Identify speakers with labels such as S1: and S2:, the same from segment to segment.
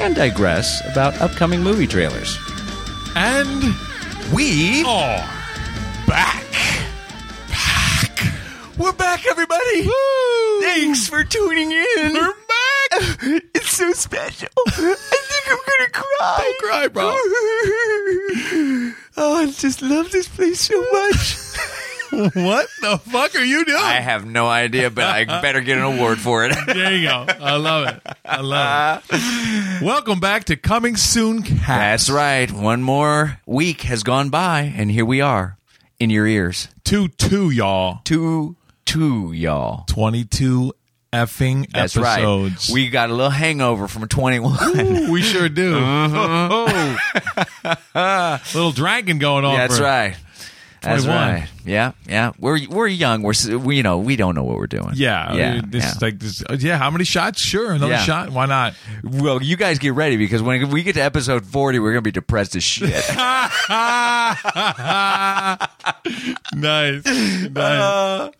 S1: and digress about upcoming movie trailers.
S2: And
S1: We
S2: are
S1: back. Back. We're back, everybody. Thanks for tuning in. We're back. It's so special. I think I'm gonna cry. Don't
S2: cry, bro.
S1: oh, I just love this place so much.
S2: what the fuck are you doing?
S1: I have no idea, but I better get an award for it.
S2: there you go. I love it. I love
S1: Uh,
S2: it. Welcome back to Coming Soon Cast.
S1: That's right. One more week has gone by, and here we are in your ears.
S2: Two two y'all.
S1: Two, two, y'all.
S2: Twenty two effing
S1: That's
S2: episodes.
S1: right. We got a little hangover from 21.
S2: We sure do. Little drinking going on.
S1: That's
S2: for-
S1: right. That's
S2: 21.
S1: right. Yeah, yeah. We're we're young. We're s- we, you know we don't know what we're doing.
S2: Yeah,
S1: yeah.
S2: This
S1: yeah.
S2: is like this. uh, Yeah, how many shots? Sure, another
S1: Yeah.
S2: shot. Why not?
S1: well, you guys get ready because when we get to episode 40, we're gonna be depressed as shit.
S2: nice. nice. Uh,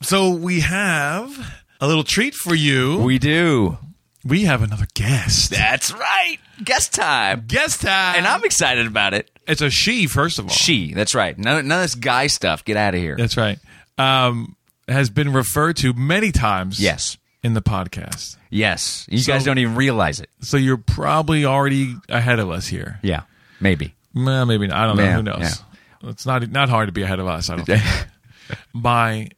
S2: so we have a little treat for you. We,
S1: we do.
S2: have another guest.
S1: That's right. Guest time.
S2: Guest time.
S1: And I'm excited about it.
S2: it's a she, first of all.
S1: She. That's right. None, none of this guy stuff. Get out of here.
S2: That's right. Um, has been referred to many times.
S1: Yes.
S2: In the podcast.
S1: Yes. You
S2: So-
S1: guys don't even realize it.
S2: So you're probably already ahead of us here.
S1: Yeah. Maybe.
S2: Well, maybe not. I don't know.
S1: Yeah,
S2: Who knows? It's not not hard to be ahead of us. I don't think. My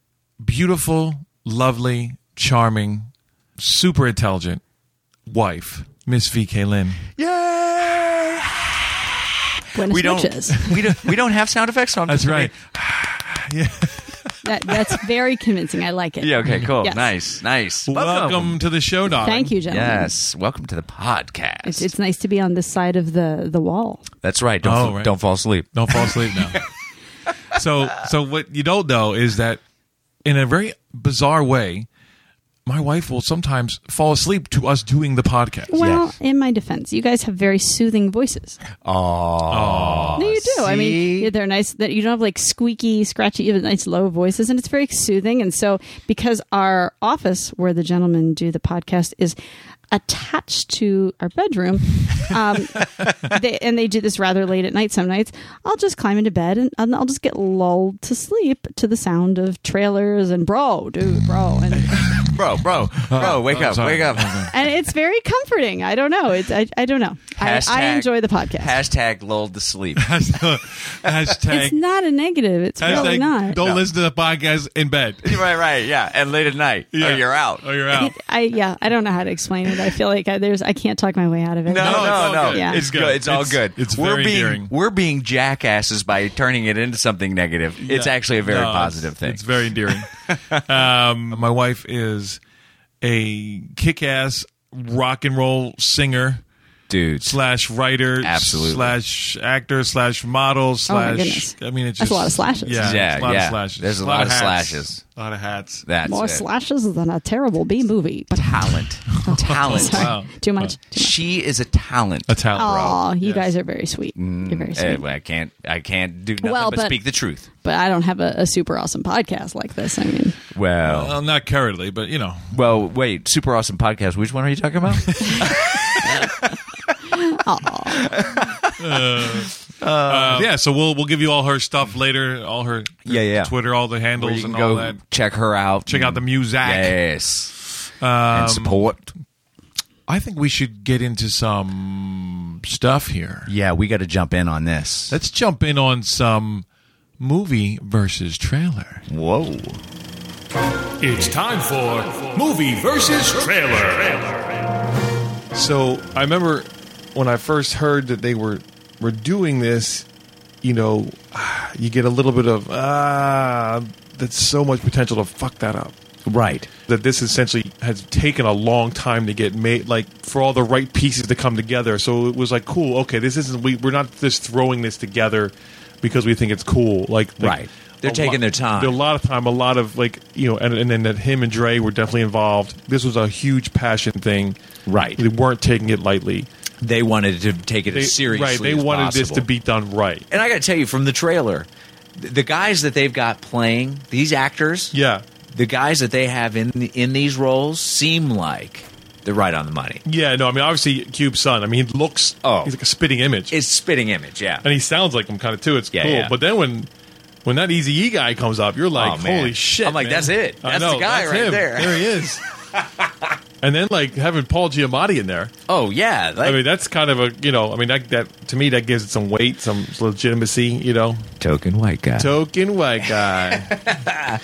S2: beautiful, lovely, charming, super intelligent wife, Miss VK Lynn.
S1: Yay!
S3: Buenas
S1: We don't,
S3: noches.
S1: we don't we don't have sound effects, so I'm
S2: That's
S1: just gonna-
S2: right.
S3: That, that's very convincing. I like it.
S1: Yeah, okay, cool.
S3: Yes.
S1: Nice, nice.
S2: Welcome. to the show, darling.
S3: Thank you, gentlemen.
S1: Yes, welcome to the podcast.
S3: It's, it's nice to be on this side of the, the wall.
S1: That's right. Don't
S2: Oh, right.
S1: don't fall asleep.
S2: Don't fall asleep now. so, so what you don't know is that in a very bizarre way, my wife will sometimes fall asleep to us doing the podcast.
S3: Well, in my defense, you guys have very soothing voices. Oh, no, you do. I mean, yeah, they're nice that you don't have like squeaky, scratchy, you have nice low voices, and it's very soothing. And so, because our office where the gentlemen do the podcast is attached to our bedroom, um, they, and they do this rather late at night some nights, I'll just climb into bed and, and I'll just get lulled to sleep to the sound of trailers and bro, dude, bro, and.
S1: Bro, bro, bro, wake up,
S2: Oh, sorry.
S1: wake up.
S3: and it's very comforting. I don't know. It's I, I don't know. I, I
S1: Hashtag-
S3: enjoy the podcast.
S1: Hashtag lulled to sleep.
S2: hashtag
S3: it's not a negative. It's
S2: hashtag
S3: really not.
S2: don't listen to the podcast in bed.
S1: right, right, yeah. And late at night,
S2: Yeah.
S1: oh, you're out.
S2: Oh, you're out.
S3: It- I yeah. I don't know how to explain it. I feel like I, there's I can't talk my way out of it.
S1: No,
S2: No, it's
S1: no,
S2: all
S1: no.
S2: good.
S3: Yeah.
S1: It's good. It's, all
S2: It's-
S1: good.
S2: it's
S1: we're
S2: very
S1: being
S2: endearing.
S1: we're being jackasses by turning it into something negative. It's
S2: Yeah.
S1: actually a very
S2: No, it's-
S1: positive thing.
S2: It's very endearing. um, my wife is a kick-ass rock and roll singer
S1: Dude,
S2: slash writer
S1: Absolutely.
S2: slash actor slash model slash.
S3: Oh, goodness.
S2: I mean, it's
S3: That's
S2: just
S3: a lot of slashes.
S2: Yeah,
S1: Yeah,
S2: it's a lot
S1: yeah.
S2: of slashes.
S1: There's a lot of
S2: hats,
S1: slashes.
S2: A lot of hats.
S1: that's
S3: More
S1: it.
S3: slashes than a terrible B movie. But
S1: talent. talent.
S3: sorry,
S2: Wow.
S3: too much. Too much.
S1: She is a talent.
S2: A talent.
S3: Oh, you guys are very sweet. You're very sweet.
S1: Eh, well, I can't. I can't do nothing
S3: Well,
S1: but
S3: but-
S1: speak the truth.
S3: But I don't have a, a super awesome podcast like this. I mean,
S1: Well,
S2: Well, not currently, but you know,
S1: Well, wait, super awesome podcast. Which one are you talking about?
S2: Uh, yeah. So we'll we'll give you all her stuff later. All her
S1: Yeah, yeah.
S2: Twitter, all the
S1: Where you
S2: handles
S1: can
S2: and all
S1: go
S2: that.
S1: check her out.
S2: Check out the Um, music.
S1: Yes. and support.
S2: I think we should get into some stuff here.
S1: Yeah, we got to jump in on this.
S2: Let's jump in on some movie versus trailer.
S1: Whoa.
S4: It's time for Movie versus Trailer.
S5: So I remember when I first heard that they were were doing this, you know, you get a little bit of ah, that's so much potential to fuck that up.
S1: Right.
S6: that this essentially has taken a long time to get made, like for all the right pieces to come together. So it was like, cool, okay, this isn't we, we're not just throwing this together because we think it's cool. Like, like,
S1: Right. They're
S6: a
S1: taking their time.
S6: There are a lot of time, a lot of like you know, and, and then that him and Dre were definitely involved. This was a huge passion thing.
S1: Right.
S6: They weren't taking it lightly.
S1: They wanted to take it
S6: They-
S1: as seriously.
S6: right. They
S1: as
S6: wanted this
S1: possible.
S6: to be done right.
S1: And I got to tell you, from the trailer, th- the guys that they've got playing these actors,
S6: Yeah.
S1: the guys that they have in the, in these roles seem like they're right on the money.
S6: Yeah, no, I mean obviously Cube's son. I mean he looks
S1: Oh.
S6: he's like a spitting image.
S1: It's spitting image, yeah.
S6: and he sounds like him kind of too. It's
S1: Yeah,
S6: cool.
S1: yeah.
S6: But then when when that Easy E guy comes up, you're like,
S1: Oh, man.
S6: holy shit!
S1: I'm like,
S6: man.
S1: that's it.
S6: I
S1: That's the guy right
S6: him.
S1: there.
S6: There he is. and then like having Paul Giamatti in there.
S1: oh yeah, like,
S6: I mean, that's kind of a you know. I mean, that, that to me that gives it some weight, some legitimacy. You know,
S1: token white guy.
S6: token white guy.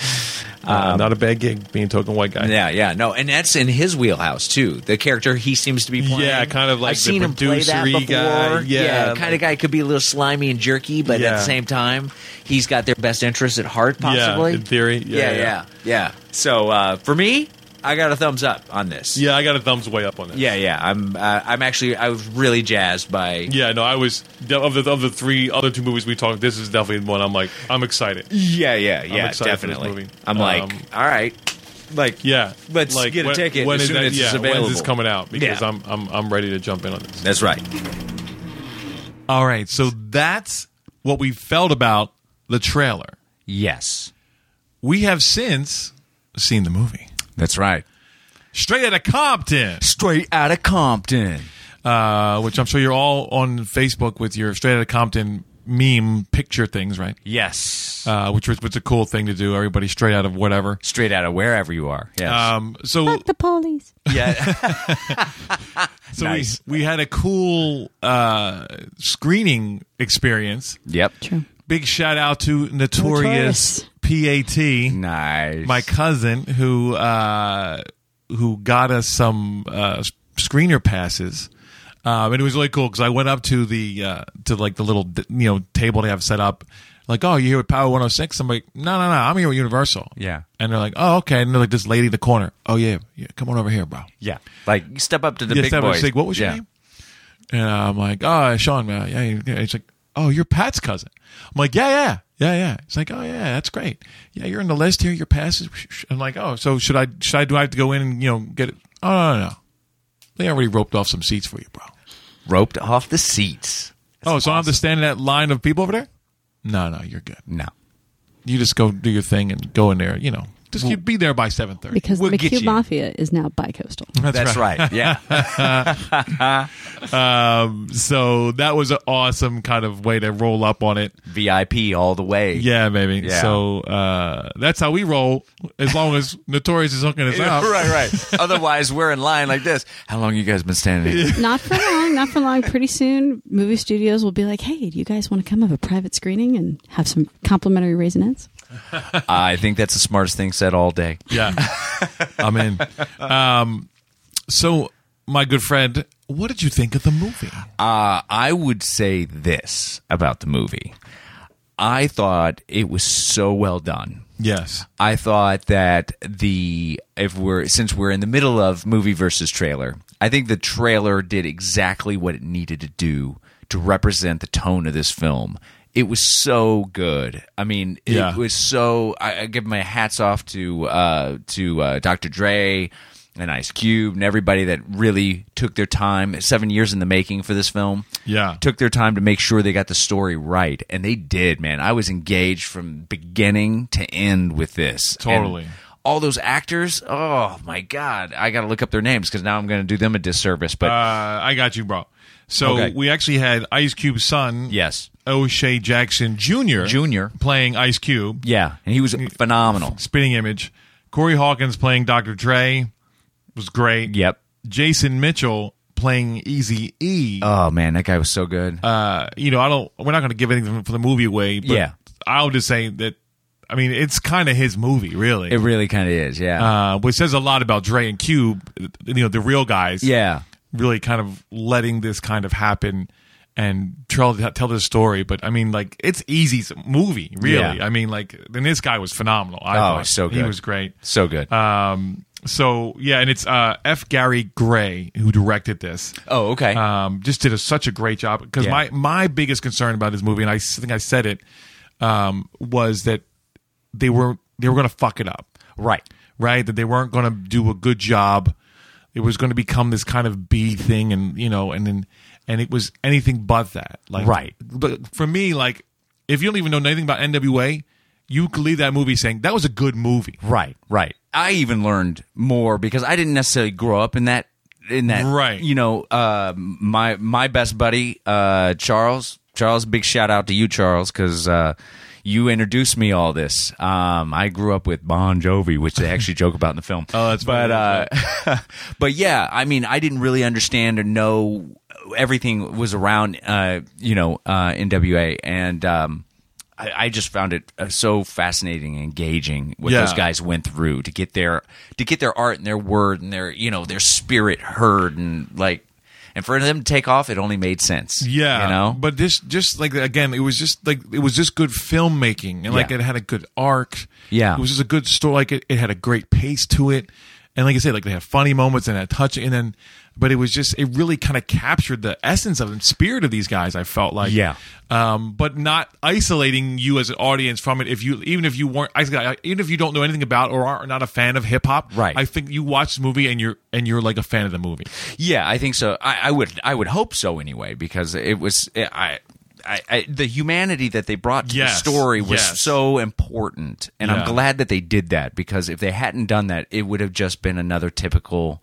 S6: Uh, not a bad gig being token white guy.
S1: Um, yeah, yeah, no, and that's in his wheelhouse too. The character he seems to be playing,
S6: Yeah, kind of like
S1: I've
S6: the
S1: seen him play that
S6: producer-y
S1: before.
S6: guy. Yeah, like-
S1: kind of guy could be a little slimy and jerky, but at
S6: Yeah.
S1: the same time, he's got their best interests at heart. Possibly,
S6: Yeah, in theory.
S1: yeah,
S6: Yeah,
S1: yeah, yeah.
S6: yeah.
S1: So uh, for me, I got a thumbs up on this.
S6: Yeah, I got a thumbs way up on that.
S1: yeah, yeah. I'm, uh, I'm actually, I was really jazzed by.
S6: Yeah, no, I was of the of the three other two movies we talked. This is definitely one I'm like I'm excited.
S1: Yeah, yeah,
S6: I'm excited for this movie.
S1: I'm like,
S6: Um,
S1: all right, like,
S6: Yeah,
S1: Let's get a ticket as
S6: is
S1: soon
S6: that-
S1: as it's
S6: yeah,
S1: available.
S6: When's this coming out? Because
S1: Yeah.
S6: I'm I'm I'm ready to jump in on this.
S1: that's right.
S2: All right, so that's what we felt about the trailer.
S1: Yes,
S2: We have since seen the movie.
S1: that's right.
S2: Straight out of Compton,
S1: Straight out of Compton.
S2: uh, which I'm sure you're all on Facebook with your Straight Outta Compton meme picture things, right?
S1: Yes.
S2: Uh, which was, was a cool thing to do. Everybody straight out of whatever.
S1: Straight out of wherever you are. Yes.
S2: Um, so
S3: Fuck the police.
S1: yeah.
S2: so
S1: nice.
S2: we, we had a cool uh, screening experience.
S1: yep.
S3: True.
S2: Big shout out to Notorious, PAT.
S1: Nice.
S2: my cousin who uh, who got us some uh, s- screener passes. Um, and it was really cool because I went up to the uh, to like the little d- you know table they have set up. Like, oh, you here with Power 106? I'm like, no, no, no, I'm here with Universal.
S1: Yeah.
S2: And they're like, oh, okay. And they're like, this lady in the corner. Oh yeah, yeah, come on over here, bro.
S1: Yeah. Like step up to the
S2: Yeah,
S1: big
S2: Sam, I was
S1: boys.
S2: like, what was your
S1: Yeah.
S2: name? And I'm like, oh, Sean, man. Yeah, yeah, yeah. It's like, oh, you're Pat's cousin. I'm like, yeah, yeah, yeah, yeah. It's like, oh, yeah, that's great. Yeah, you're in the list here. Your pass is. I'm like, oh, so should I? Should I? Do I have to go in and you know get it? Oh no, no, no. They already roped off some seats for you, bro.
S1: Roped off the seats.
S2: oh, so I have to stand in that line of people over there? No, no, you're good.
S1: No.
S2: You just go do your thing and go in there. You know, just you'd be there by seven thirty.
S3: Because
S1: We'll
S3: the
S1: get
S3: McCube
S1: you.
S3: Mafia is now bicoastal.
S1: That's, right. Yeah.
S2: So that was an awesome kind of way to roll up on it.
S1: VIP all the way.
S2: Yeah, baby.
S1: Yeah.
S2: So uh, that's how we roll. As long as Notorious is hooking us up,
S1: right, right. Otherwise, we're in line like this. How long you guys been standing? here?
S3: Not for long, not for long. Pretty soon, movie studios will be like, hey, do you guys want to come have a private screening and have some complimentary raisinettes?
S1: I think that's the smartest thing said all day.
S2: Yeah, I'm in. Um, so, my good friend, what did you think of the movie?
S1: Uh, I would say this about the movie. I thought it was so well done.
S2: Yes,
S1: I thought that the if we're since we're in the middle of movie versus trailer, I think the trailer did exactly what it needed to do to represent the tone of this film. It was so good. I mean, it
S2: Yeah.
S1: was so. I, I give my hats off to uh, to uh, Dr. Dre and Ice Cube and everybody that really took their time. Seven years in the making for this film
S2: Yeah.
S1: took their time to make sure they got the story right and they did man i was engaged from beginning to end with this And
S2: Totally.
S1: all those actors oh my god i gotta look up their names because now i'm gonna do them a disservice but
S2: uh, I got you, bro. So
S1: Okay.
S2: we actually had Ice Cube's son,
S1: yes
S2: O'Shea Jackson Jr.,
S1: Junior.
S2: playing Ice Cube,
S1: yeah and he was phenomenal
S2: spinning image. Corey Hawkins playing Dr. Dre was great.
S1: yep
S2: Jason Mitchell playing Easy E.
S1: oh man that guy was so good
S2: Uh, you know, I don't. We're not going to give anything for the movie away. But
S1: Yeah.
S2: I'll just say that. I mean, it's kind of his movie, really,
S1: it really kind of is yeah
S2: uh, which says a lot about Dre and Cube. You know, the real guys.
S1: yeah
S2: really kind of letting this kind of happen and tell tell the story. But I mean, like, it's easy movie, really.
S1: Yeah.
S2: I mean, like, and this guy was phenomenal. I
S1: Oh,
S2: thought
S1: so
S2: he
S1: good.
S2: was great.
S1: so good
S2: Um, So yeah, and it's uh, F. Gary Gray who directed this.
S1: Oh, okay.
S2: Um, just did a, such a great job because
S1: Yeah.
S2: my my biggest concern about this movie, and I s- think I said it, um, was that they were they were going to fuck it up,
S1: Right.
S2: right? That they weren't going to do a good job. It was going to become this kind of B thing, and you know, and then and it was anything but that, like
S1: Right.
S2: But for me, like if you don't even know anything about NWA, you could leave that movie saying that was a good movie,
S1: Right, right. I even learned more because I didn't necessarily grow up in that in that
S2: Right.
S1: You know, uh, my my best buddy uh, Charles. Charles, big shout out to you, Charles, because uh, you introduced me all this. Um, I grew up with Bon Jovi, which they actually joke about in the film.
S2: Oh, that's
S1: but
S2: funny.
S1: uh, but yeah, I mean, I didn't really understand or know everything was around, uh, you know, uh, NWA, and um, I, I just found it uh, so fascinating and engaging what
S2: Yeah.
S1: those guys went through to get their to get their art and their word and their you know their spirit heard and like. And for them to take off, it only made sense.
S2: Yeah,
S1: you know.
S2: But this, just like again, it was just like it was just good filmmaking, and like
S1: Yeah.
S2: it had a good arc.
S1: Yeah.
S2: it was just a good story. Like it, it had a great pace to it, and like I said, like they had funny moments and had touch, and then, but it was just it really kind of captured the essence of and spirit of these guys. I felt like
S1: Yeah.
S2: um, but not isolating you as an audience from it. If you even if you weren't isolated, even if you don't know anything about or are not a fan of hip hop,
S1: Right.
S2: I think you watch the movie and you're and you're like a fan of the movie.
S1: Yeah, I think so. I, I would I would hope so anyway because it was I. I, I, the humanity that they brought to
S2: Yes,
S1: the story was
S2: yes.
S1: so important, and
S2: Yeah.
S1: I'm glad that they did that because if they hadn't done that, it would have just been another typical.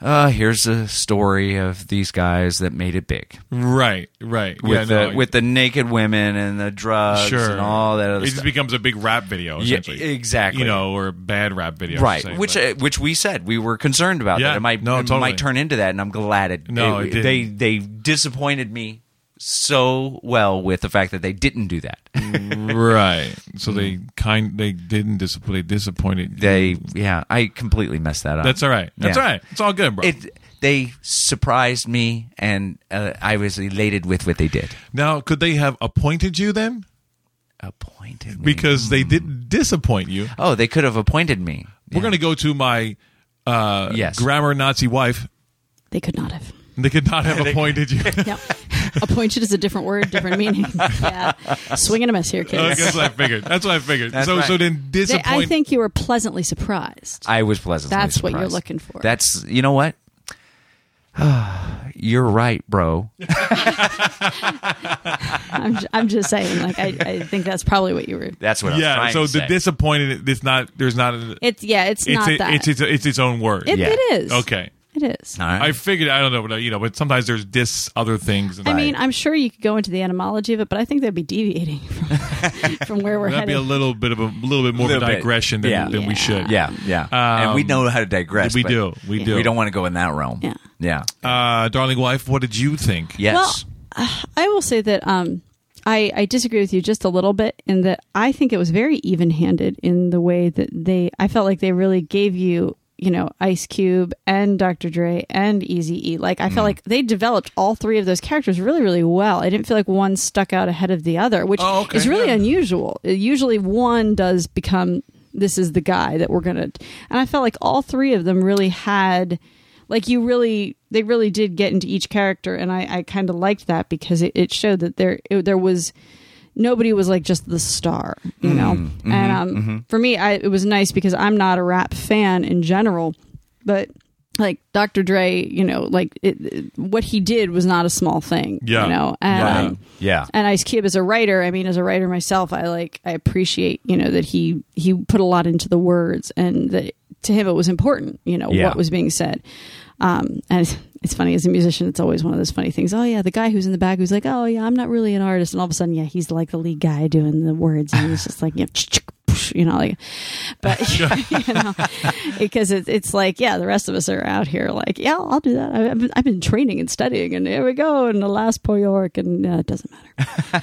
S1: Uh, here's a story of these guys that made it big
S2: Right, right.
S1: with
S2: yeah,
S1: the
S2: no,
S1: with the naked women and the drugs
S2: sure.
S1: and all that other
S2: It
S1: stuff.
S2: just becomes a big rap video,
S1: Yeah,
S2: essentially.
S1: exactly.
S2: You know, or a bad rap video, I
S1: right
S2: should say,
S1: which
S2: but-
S1: uh, which we said we were concerned about
S2: Yeah.
S1: that it might
S2: No,
S1: it
S2: totally.
S1: might turn into that and i'm glad it
S2: No, it didn't.
S1: they they disappointed me so well with the fact that they didn't do that
S2: Mm-hmm.
S1: uh,
S2: right.
S1: Mm.
S2: So they kind they didn't disappoint. They disappointed.
S1: they yeah i completely messed that up
S2: That's all right. That's
S1: Yeah.
S2: all right. It's all good, bro.
S1: it they surprised me and uh, i was elated with what they did
S2: now, could they have appointed you then?
S1: appointed me.
S2: Because they
S1: Mm.
S2: didn't disappoint you.
S1: oh they could have appointed me
S2: We're going to go to my uh,
S1: Yes.
S2: grammar Nazi wife.
S3: They could not have.
S2: They could not have appointed you.
S3: No. Appointed is a different word, different meaning. yeah. Swing and a miss here,
S2: I
S3: kids.
S2: guess I figured. That's what I figured.
S1: That's
S2: so,
S1: right.
S2: so then
S3: They,
S2: disappoint.
S3: I think you were pleasantly surprised.
S1: I was pleasantly
S3: That's what you're
S1: surprised.
S3: looking for.
S1: That's you know what? you're right, bro.
S3: I'm, ju- I'm just saying, like, I, I think that's probably what you were.
S1: That's what I
S2: yeah. So
S1: was trying
S2: the
S1: to say.
S2: disappointed. It's not. There's not. A,
S3: It's yeah, it's,
S2: it's,
S3: not
S2: a-
S3: that.
S2: it's it's it's its own word.
S3: It-
S1: Yeah.
S3: it is.
S2: Okay.
S3: It is.
S1: All right.
S2: I figured I don't know, but uh, you know, but sometimes there's dis other things. And
S3: I mean, I'm sure you could go into the etymology of it, but I think that'd be deviating from, from where we're
S2: that'd be
S3: headed.
S2: a little bit of a little bit more of a
S1: Little bit.
S2: digression than,
S1: Yeah.
S2: than we should. Um,
S1: Yeah, yeah. and we know how to digress.
S2: we
S1: but
S2: do, we do.
S1: We don't want to go in that realm.
S3: Yeah.
S1: Yeah.
S2: Uh, darling wife, what did you think?
S1: yes.
S3: uh, I will say that um, I, I disagree with you just a little bit in that I think it was very even handed in the way that they, I felt like they really gave you, you know, Ice Cube and Dr. Dre and Easy E. Like, I felt like they developed all three of those characters really, really well. I didn't feel like one stuck out ahead of the other, which
S2: Oh, okay.
S3: is really
S2: Yeah.
S3: unusual. Usually one does become, this is the guy that we're going to. And I felt like all three of them really had like you really they really did get into each character and i, I kind of liked that because it, it showed that there it, there was nobody was like just the star you know
S2: Mm-hmm,
S3: and um, for me I, it was nice because i'm not a rap fan in general but like dr dre you know like it, it- what he did was not a small thing
S2: Yeah.
S3: you know and
S2: Yeah.
S3: um,
S1: Yeah.
S3: and Ice Cube as a writer, I mean, as a writer myself, I like I appreciate you know that he he put a lot into the words and that to him it was important you know
S1: Yeah.
S3: what was being said. Um, and it's, it's funny as a musician, it's always one of those funny things. Oh yeah, the guy who's in the back who's like, oh yeah, I'm not really an artist, and all of a sudden, yeah, he's like the lead guy doing the words, and he's just like, you know, you know, like, but you know, because it's it's like, yeah, the rest of us are out here like, yeah, I'll do that. I- I've been, I've been training and studying, and here we go, and the last New York, and uh, it doesn't matter you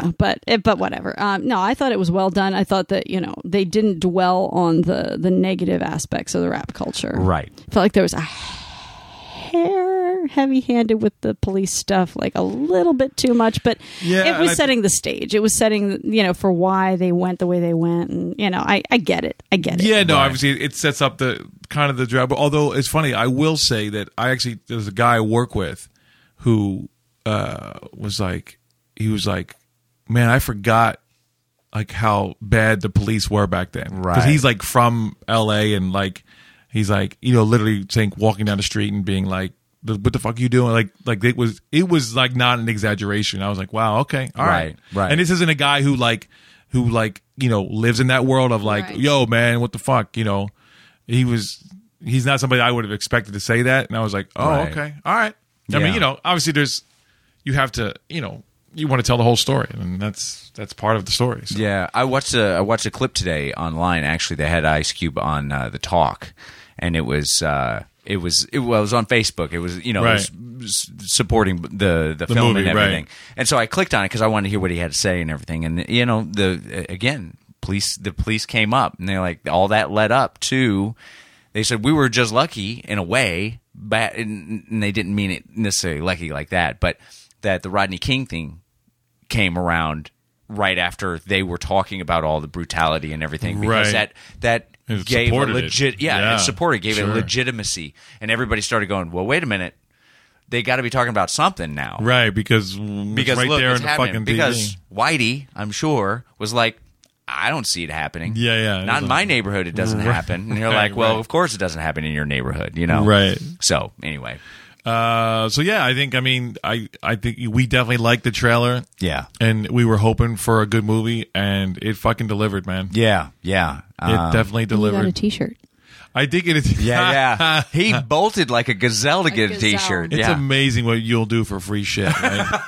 S3: know, but it, but whatever. Um, no, I thought it was well done. I thought that you know they didn't dwell on the the negative aspects of the rap culture.
S1: Right.
S3: Felt like there was a hair heavy handed with the police stuff, like a little bit too much, but
S2: Yeah,
S3: it
S2: and I-
S3: was setting the stage. It was setting, you know, for why they went the way they went. And, you know, I, I get it. I get it.
S2: Yeah, no, obviously it sets up the kind of the drama. Although it's funny, I will say that I actually there's a guy I work with who uh, was like, he was like, man, I forgot like how bad the police were back then.
S1: Right.
S2: he's like from L.A. and like he's like you know literally saying walking down the street and being like. "The- What the fuck are you doing? Like, like it was, it was like not an exaggeration. I was like, wow, okay, all right,
S1: Right, right.
S2: And this isn't a guy who like, who like, you know, lives in that world of like,
S3: Right.
S2: yo, oh, man, what the fuck, you know? He was, he's not somebody I would have expected to say that, and I was like, oh,
S1: Right.
S2: okay, all right. I mean,
S1: Yeah.
S2: you know, obviously there's, you have to, you know, you want to tell the whole story, and that's that's part of the story. so.
S1: Yeah, I watched a I watched a clip today online. Actually, they had Ice Cube on uh, the talk, and it was uh, it was it was on Facebook. It was you know it was s- supporting the the, film
S2: movie,
S1: and
S2: right.
S1: everything. And so I clicked on it because I wanted to hear what he had to say and everything. And you know the again police the police came up and they're like all that led up to. They said we were just lucky in a way, but and and they didn't mean it necessarily lucky like that, but that the Rodney King thing came around right after they were talking about all the brutality and everything because
S2: Right.
S1: that that
S2: It
S1: gave a
S2: supported it.
S1: legit yeah,
S2: Yeah,
S1: it supported gave
S2: sure.
S1: it legitimacy and everybody started going well wait a minute they got to be talking about something now
S2: right because because
S1: because
S2: right
S1: look
S2: there
S1: it's
S2: in the
S1: happening
S2: fucking
S1: because
S2: TV.
S1: Whitey I'm sure was like I don't see it happening
S2: Yeah, yeah, it
S1: not in
S2: was
S1: my
S2: like-
S1: neighborhood it doesn't
S2: Right,
S1: happen and you're
S2: right,
S1: like well
S2: right.
S1: of course it doesn't happen in your neighborhood you know
S2: Right.
S1: so anyway
S2: Uh, so yeah, I think I mean I I think we definitely liked the trailer.
S1: Yeah.
S2: and we were hoping for a good movie, and it fucking delivered, man.
S1: yeah yeah
S2: It definitely
S3: You got a
S2: delivered.
S3: t shirt.
S2: I think it is.
S1: yeah yeah he bolted like a gazelle to
S3: A
S1: get a
S3: gazelle.
S1: t-shirt
S2: It's
S1: yeah.
S2: amazing what you'll do for free shit. Right?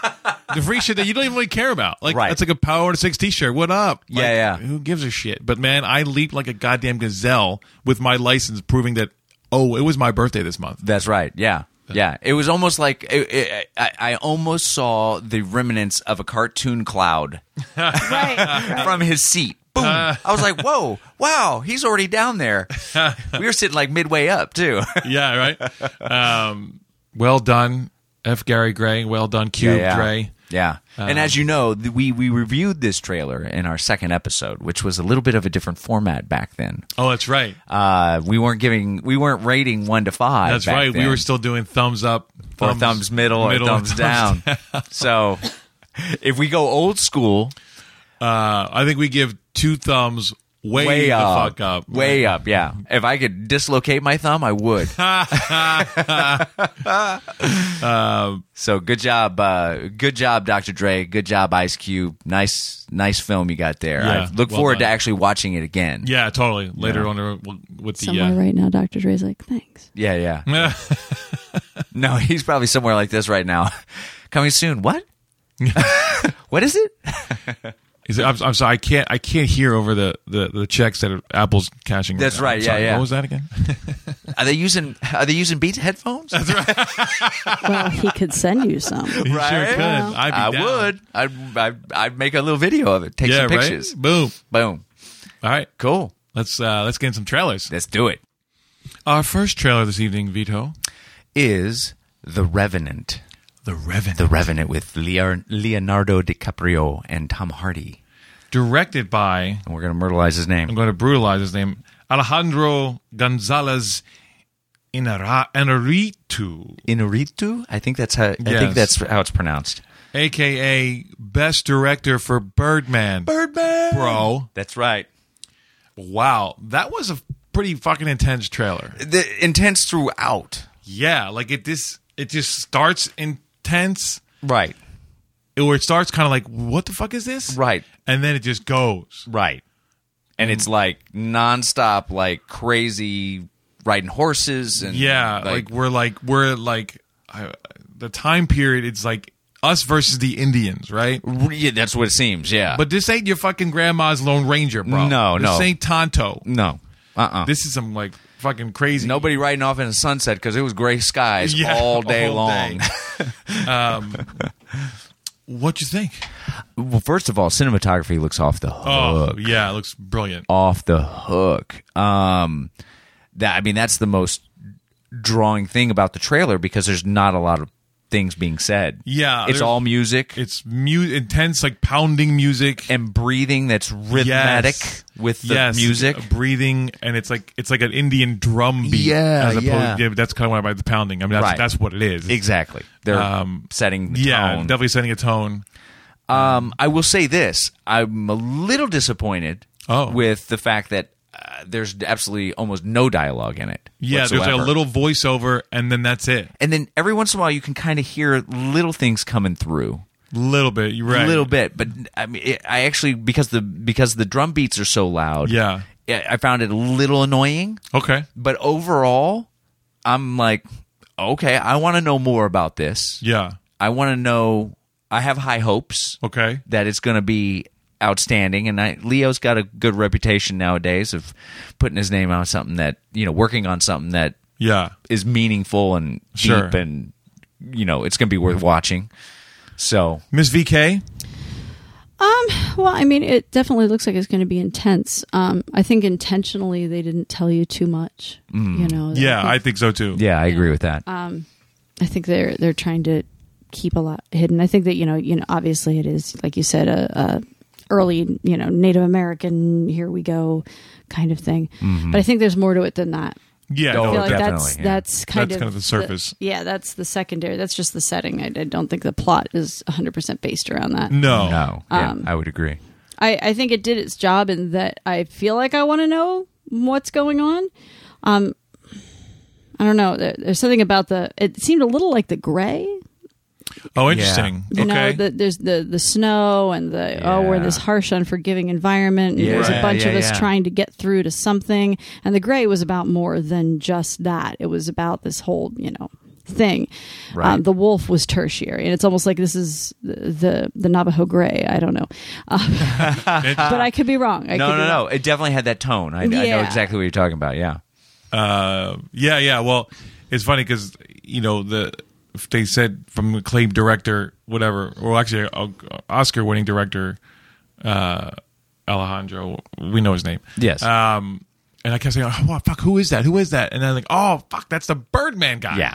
S2: the free shit that you don't even really care about. Like
S1: Right.
S2: that's like a Power to Six T-shirt. What up? Like,
S1: Yeah, yeah.
S2: Who gives a shit? But man, I leaped like a goddamn gazelle with my license, proving that oh, it was my birthday this month.
S1: That's right. Yeah. Yeah. It was almost like it, it, I, I almost saw the remnants of a cartoon cloud
S3: Right.
S1: from his seat. Boom. I was like, whoa, wow, he's already down there. We were sitting like midway up, too.
S2: yeah, right. Um, well done, F. Gary Gray. Well done, Cube
S1: yeah.
S2: Gray.
S1: Yeah.
S2: Um,
S1: and as you know, th- we, we reviewed this trailer in our second episode, which was a little bit of a different format back then.
S2: Oh, that's right.
S1: Uh, we weren't giving, we weren't rating one to five.
S2: that's
S1: back
S2: right. We
S1: then.
S2: were still doing thumbs up,
S1: or thumbs middle, or
S2: and
S1: thumbs, down. so if we go old school,
S2: Uh, I think we give two thumbs way,
S1: way
S2: the
S1: up,
S2: fuck up.
S1: way up. Yeah, if I could dislocate my thumb, I would.
S2: Um,
S1: so good job, uh, good job, Dr. Dre. Good job, Ice Cube. Nice, nice film you got there.
S2: Yeah,
S1: I look
S2: well
S1: forward to
S2: done.
S1: actually watching it again.
S2: Yeah, totally. Later on uh, with the
S3: Somewhere right now, Dr. Dre's like, thanks.
S1: yeah, yeah.
S2: uh,
S1: No, he's probably somewhere like this right now. Coming soon. What? what is it?
S2: is it- I'm, I'm sorry, I can't. I can't hear over the, the, the checks that are- Apple's cashing.
S1: That's
S2: now.
S1: right,
S2: I'm
S1: yeah,
S2: sorry,
S1: yeah.
S2: What was that again?
S1: Are they using Are they using Beats headphones?
S3: Well, he could send you some.
S2: You Sure could. I'd be
S1: I
S2: down.
S1: would. I'd, I'd I'd make a little video of it. Take
S2: Yeah,
S1: some pictures.
S2: right. Boom.
S1: Boom.
S2: All right.
S1: Cool.
S2: Let's uh, let's get in some trailers.
S1: Let's do it.
S2: Our first trailer this evening, Vito.
S1: Is The Revenant.
S2: The Revenant.
S1: The Revenant with Lear- Leonardo DiCaprio and Tom Hardy.
S2: Directed by,
S1: And we're going to myrtleize his name.
S2: I'm going to brutalize his name, Alejandro Gonzalez Inara- Inarritu,
S1: Inarritu? I think that's how I
S2: Yes.
S1: think that's how it's pronounced.
S2: a.k.a. Best Director for Birdman.
S1: Birdman.
S2: Bro.
S1: That's right.
S2: Wow. That was a pretty fucking intense trailer.
S1: The intense throughout.
S2: Yeah, like it this it just starts intense
S1: Right.
S2: or it starts kind of like what the fuck is this?
S1: Right.
S2: And then it just goes.
S1: Right. And it's like nonstop, like crazy riding horses and
S2: Yeah, like, we're like we're like I, the time period. It's like us versus the Indians, right?
S1: Yeah, that's what it seems. Yeah,
S2: But this ain't your fucking grandma's Lone Ranger, bro.
S1: No,
S2: this
S1: no.
S2: ain't Tonto.
S1: no, uh, uh
S2: This is some like fucking crazy.
S1: nobody riding off in the sunset because it was gray skies
S2: Yeah,
S1: all day
S2: all
S1: long.
S2: day. What you think?
S1: well, first of all, cinematography looks off the hook.
S2: Oh, yeah, it looks brilliant.
S1: Off the hook. Um, that I mean, that's the most drawing thing about the trailer because there's not a lot of things being said.
S2: Yeah,
S1: It's
S2: there's-
S1: all music
S2: It's mu- intense, like pounding music.
S1: and breathing that's rhythmic
S2: Yes.
S1: with the
S2: Yes.
S1: music.
S2: breathing, and it's like it's like an Indian drum beat.
S1: Yeah,
S2: as opposed,
S1: yeah.
S2: that's kind of why by the pounding. I mean, that's,
S1: Right.
S2: that's what it is.
S1: Exactly. They're
S2: Um,
S1: setting the
S2: Yeah,
S1: tone.
S2: definitely setting a tone.
S1: Um, I will say this: I'm a little disappointed
S2: Oh.
S1: with the fact that uh, there's absolutely almost no dialogue in it.
S2: Yeah, there's like
S1: whatsoever.
S2: a little voiceover, and then that's it.
S1: and then every once in a while you can kind of hear little things coming through.
S2: Little bit, you're
S1: A
S2: right.
S1: little bit, but I mean, it, I actually because the because the drum beats are so loud.
S2: Yeah.
S1: I I found it a little annoying.
S2: Okay.
S1: But overall, I'm like, okay, I want to know more about this.
S2: Yeah.
S1: I want to know. I have high hopes.
S2: Okay.
S1: that it's going to be outstanding. And I, Leo's got a good reputation nowadays of putting his name on something that you know, working on something that
S2: Yeah.
S1: is meaningful and deep,
S2: Sure.
S1: and you know, it's going to be worth watching. So
S2: Miss VK.
S3: Um, well, I mean, it definitely looks like it's going to be intense. Um, I think intentionally they didn't tell you too much. You know.
S2: Yeah, I
S3: I think,
S2: think so too.
S1: yeah, I agree with that.
S3: Um, I think they're they're trying to keep a lot hidden. I think that you know, you know, obviously it is like you said a, a early you know Native American here we go kind of thing. But I think there's more to it than that.
S2: Yeah.
S1: Oh,
S3: I
S2: no,
S3: feel like
S1: definitely,
S3: that's
S1: yeah.
S3: that's kind
S2: That's
S3: of
S2: kind of the surface.
S3: yeah, that's the secondary. That's just the setting. I, I don't think the plot is 100 percent based around that.
S2: no.
S1: no, yeah,
S3: um,
S1: I would agree.
S3: I, I think it did its job in that I feel like I want to know what's going on. Um, I don't know. There, there's something about the. It seemed a little like the gray.
S2: Oh, interesting.
S3: You
S2: okay.
S3: know, the, there's the the snow and the oh, we're in this
S1: Yeah.
S3: harsh, unforgiving environment. And There's
S1: Yeah,
S3: a bunch
S1: yeah,
S3: of us
S1: yeah.
S3: trying to get through to something, and the gray was about more than just that. It was about this whole, you know. Thing,
S1: Right.
S3: um, the wolf was tertiary, and it's almost like this is the the, the Navajo Gray. I don't know, uh, but I could be wrong. I
S1: No, no,
S3: could be wrong.
S1: no. It definitely had that tone. I, I know
S3: Yeah.
S1: exactly what you're talking about. Yeah,
S2: Uh, yeah, yeah. Well, it's funny because you know the if they said from the acclaimed director, whatever, or actually uh, Oscar-winning director uh, Alejandro. We know his name.
S1: Yes.
S2: Um, and I kept saying, "Oh wow, fuck, who is that? Who is that?" And then like, "Oh fuck, that's the Birdman guy."
S1: Yeah.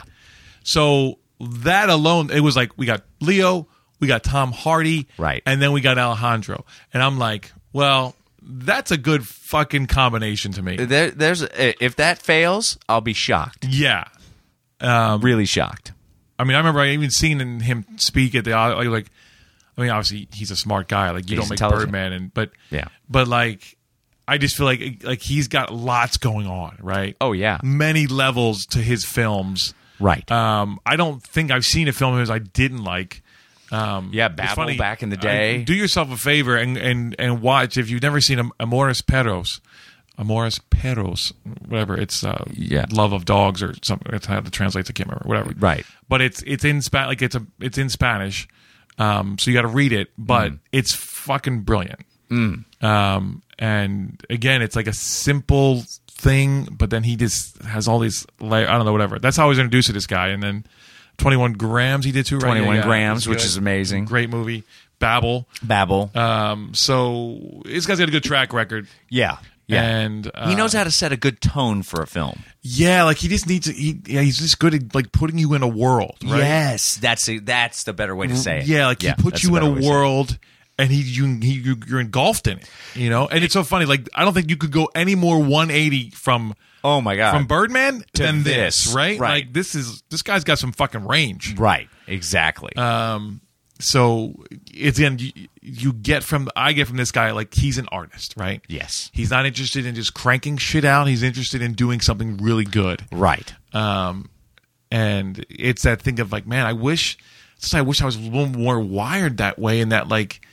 S2: So that alone, it was like we got Leo, we got Tom Hardy,
S1: Right.
S2: and then we got Alejandro, and I'm like, well. That's a good fucking combination to me.
S1: there, there's uh, if that fails, I'll be shocked.
S2: Yeah.
S1: I'm really shocked.
S2: I mean, I remember I even seen in- him speak at the like, like. I mean, obviously he's a smart guy. Like you
S1: He's
S2: don't make
S1: intelligent.
S2: Birdman, and but
S1: Yeah.
S2: but like I just feel like like he's got lots going on, right?
S1: Oh, yeah.
S2: many levels to his films.
S1: Right.
S2: Um, I don't think I've seen a film of his I didn't like. Um,
S1: Yeah,
S2: it's
S1: Babel
S2: funny,
S1: back in the
S2: I-
S1: day.
S2: do yourself a favor and and and watch if you've never seen Am- Amores Perros. Amores Perros, whatever it's, uh,
S1: Yeah.
S2: love of dogs or something. That's how it translates. I can't remember. Whatever,
S1: Right.
S2: But it's it's in Spa- like it's a it's in Spanish, um, so you got to read it. But
S1: Mm.
S2: it's fucking brilliant. Um, and again, it's like a simple thing, but then he just has all these, like, I don't know, whatever. That's how I was introduced to this guy. And then 21 Grams he did too, right?
S1: 21 Grams,
S2: it's
S1: which
S2: good.
S1: is amazing.
S2: Great movie. Babel.
S1: Babble.
S2: Um, so this guy's got a good track record.
S1: yeah. Yeah.
S2: And uh,
S1: he knows how to set a good tone for a film.
S2: Yeah, like he just needs to, he, yeah, he's just good at like putting you in a world, right?
S1: Yes, that's a, that's the better way to say it.
S2: Yeah, like he
S1: that's
S2: puts you
S1: the
S2: in a
S1: better way to say it.
S2: world, and he you he you- you're engulfed in it, you know. And it's so funny. Like I don't think you could go any more 180 from
S1: Oh my god!
S2: from Birdman
S1: To
S2: than
S1: this,
S2: Uh, this, right?
S1: right.
S2: Like this is this guy's got some fucking range.
S1: right? Exactly.
S2: Uh, So it's again you, you get from I get from this guy like he's an artist, right?
S1: Yes.
S2: he's not interested in just cranking shit out. He's interested in doing something really good.
S1: right.
S2: um, and it's that thing of like, man, I wish, just I wish I was a little more wired that way, and that like,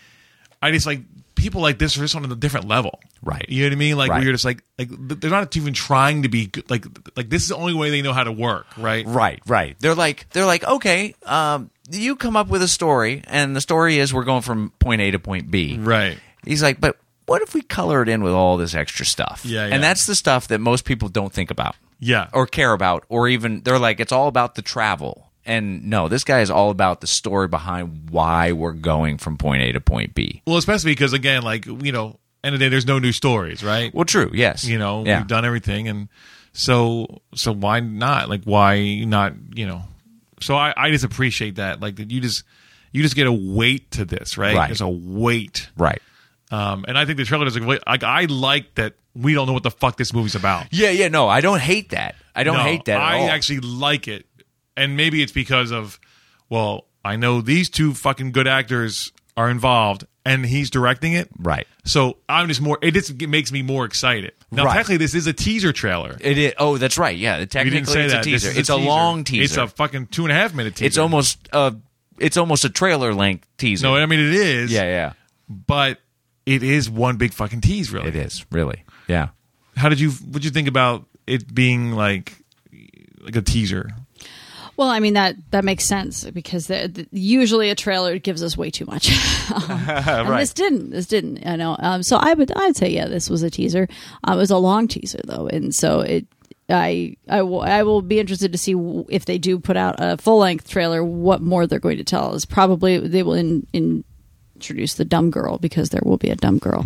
S2: I just like people like this are just on a different level,
S1: Right.
S2: You know what I mean? Like
S1: Right.
S2: we we're just like, like th- they're not even trying to be good. like, like this is the only way they know how to work, right?
S1: Right. Right. They're like they're like okay. Um, you come up with a story, and the story is we're going from point A to point B.
S2: Right.
S1: He's like, but what if we color it in with all this extra stuff?
S2: Yeah, yeah.
S1: And that's the stuff that most people don't think about.
S2: Yeah.
S1: Or care about, or even they're like, it's all about the travel. And no, this guy is all about the story behind why we're going from point A to point B.
S2: Well, especially because again, like you know, end of the day, there's no new stories, right?
S1: Well, true. Yes.
S2: you know,
S1: Yeah.
S2: we've done everything, and So so why not? Like why not? You know. So I I just appreciate that. Like that you just you just get a weight to this, right?
S1: Right.
S2: There's a weight,
S1: Right.
S2: Um, and I think the trailer does a great. Like I like that we don't know what the fuck this movie's about.
S1: Yeah, yeah, no, I don't hate that. I don't
S2: No,
S1: hate that at
S2: Oh, I
S1: all.
S2: actually like it, and maybe it's because of well, I know these two fucking good actors are involved, and he's directing it,
S1: Right.
S2: So I'm just more. It just makes me more excited. Now,
S1: Right.
S2: technically, this is a teaser trailer.
S1: It is. Oh, that's right. Yeah,
S2: We
S1: technically
S2: didn't say
S1: it's
S2: that.
S1: a
S2: This
S1: teaser.
S2: is
S1: It's a long teaser.
S2: It's a fucking two and a half minute teaser.
S1: It's almost a. It's almost a trailer length teaser.
S2: no. I mean, it is.
S1: yeah, yeah,
S2: But it is one big fucking tease, really.
S1: it is really. Yeah.
S2: How did you? What did you think about it being like, like a teaser?
S3: Well, I mean that that makes sense because the, the- usually a trailer gives us way too much. Um, And this didn't. This didn't. I know. Um, so I would. I'd say yeah, this was a teaser. Uh, it was a long teaser though, and so it. I I will I will be interested to see w- if they do put out a full length trailer. What more they're going to tell us? Probably they will in, in introduce the dumb girl because there will be a dumb girl.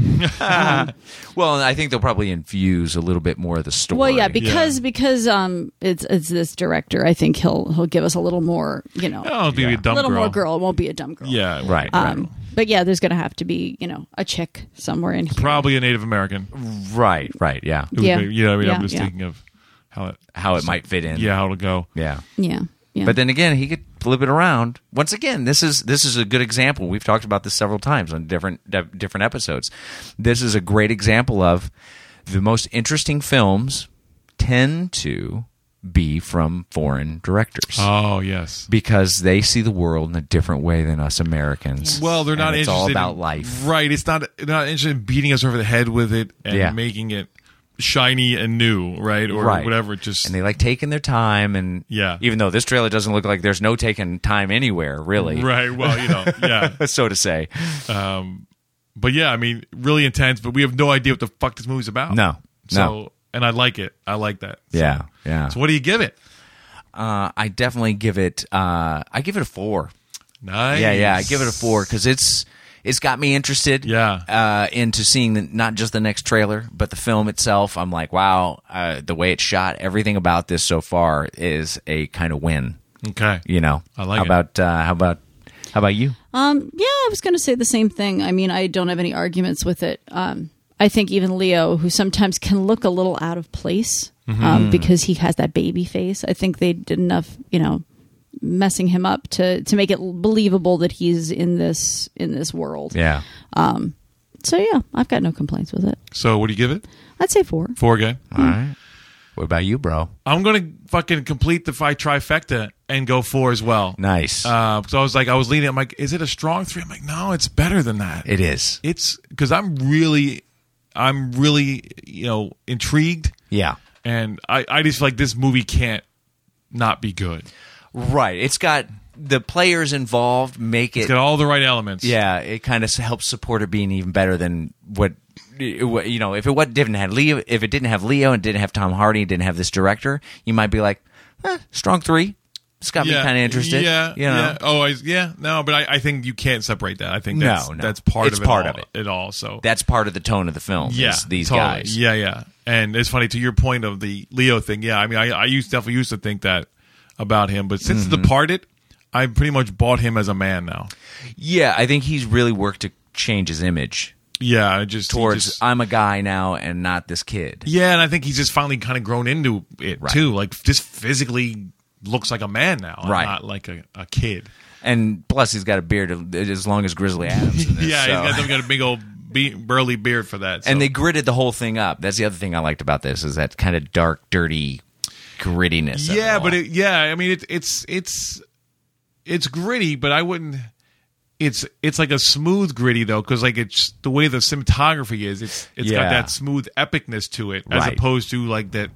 S1: Well, and I think they'll probably infuse a little bit more of the story.
S3: Well, yeah, because because um, it's it's this director. I think he'll he'll give us a little more. You know,
S2: Oh, it'll be a dumb
S3: little
S2: girl.
S3: more girl. It won't be a dumb girl.
S2: Yeah.
S1: Right.
S3: Um, but yeah, there's going to have to be, you know, a chick somewhere in here.
S2: Probably a Native American.
S1: right. Right. Yeah.
S2: It would
S3: Yeah.
S2: be- You know, what I mean, I'm
S3: Yeah,
S2: just
S3: yeah.
S2: thinking of how it,
S1: How it might fit in.
S2: yeah, how it'll go.
S1: Yeah.
S3: Yeah. Yeah.
S1: But then again, he could flip it around. Once again, this is this is a good example. We've talked about this several times on different di- different episodes. This is a great example of the most interesting films tend to be from foreign directors
S2: Oh yes.
S1: because they see the world in a different way than us Americans.
S2: Well, they're
S1: And
S2: not
S1: It's
S2: interested.
S1: all
S2: in-
S1: about life.
S2: right? It's not they're not interested in beating us over the head with it and
S1: Yeah.
S2: making it shiny and new, right? Or whatever. Just
S1: and they like taking their time and
S2: Yeah.
S1: Even though this trailer doesn't look like there's no taking time anywhere, really,
S2: right. Well, you know, yeah.
S1: so to say.
S2: But yeah, I mean, really intense. But we have no idea what the fuck this movie's about.
S1: No,
S2: Uh, So
S1: no.
S2: and I like it. I like that. So-
S1: Yeah, yeah.
S2: So what do you give it?
S1: Uh, I definitely give it. Uh, I give it a four.
S2: Nice.
S1: Yeah, yeah. I give it a four because it's it's got me interested.
S2: Yeah.
S1: Uh, into seeing the, not just the next trailer, but the film itself. I'm like, wow, uh, the way it's shot, everything about this so far is a kind of win.
S2: Okay.
S1: You know,
S2: I like
S1: how
S2: it.
S1: about uh, how about how about you?
S3: um, yeah, I was going to say the same thing. I mean, I don't have any arguments with it. Um, I think even Leo, who sometimes can look a little out of place
S2: Mm-hmm. Mm.
S3: um, because he has that baby face, I think they did enough, you know, messing him up to to make it believable that he's in this in this world.
S1: Yeah.
S3: So yeah, I've got no complaints with it.
S2: So what do you give it?
S3: I'd say four.
S2: Four again.
S1: All right. What about you, bro?
S2: I'm gonna fucking complete the five trifecta and go four as well.
S1: Nice.
S2: Uh, so I was like, I was leaning. I'm like, is it a strong three? I'm like, no, it's better than that.
S1: it is.
S2: it's because I'm really, I'm really, you know, intrigued,
S1: Yeah.
S2: and I, I just feel like this movie can't not be good.
S1: Right. It's got the players involved make it
S2: It's got all the right elements.
S1: Yeah, it kind of helps support it being even better than what what- you know. If it what didn't have Leo, if it didn't have Leo and didn't have Tom Hardy and didn't have this director, you might be like, eh, strong three. It's got me kind of interested.
S2: Yeah,
S1: you know.
S2: yeah. Oh, I, yeah, no, but I, I think you can't separate that. I think
S1: No,
S2: that's,
S1: no.
S2: that's part
S1: It's
S2: of it
S1: part
S2: all,
S1: of it.
S2: It all. So
S1: That's part of the tone of the film.
S2: yeah,
S1: is these
S2: totally.
S1: guys.
S2: Yeah, yeah. And it's funny to your point of the Leo thing. Yeah, I mean, I, I used definitely used to think that about him, but since
S1: Mm-hmm.
S2: Departed, I pretty much bought him as a man now.
S1: yeah. I think he's really worked to change his image
S2: Yeah, I just he
S1: towards
S2: just-
S1: I'm a guy now and not this kid.
S2: yeah, and I think he's just finally kind of grown into it
S1: Right.
S2: too. Like just physically looks like a man now,
S1: Right.
S2: Not like a, a kid.
S1: And plus, he's got a beard as long as Grizzly Adams. in this,
S2: yeah,
S1: so.
S2: he's got, they've got a big old be- burly beard for that. so-
S1: and they gritted the whole thing up. That's the other thing I liked about this is that kind of dark, dirty grittiness. of
S2: yeah
S1: all.
S2: but it, yeah i mean it, it's it's it's gritty but i wouldn't it's it's like a smooth gritty though because like it's the way the cinematography is it's it's
S1: Yeah.
S2: got that smooth epicness to it as
S1: Right.
S2: opposed to like that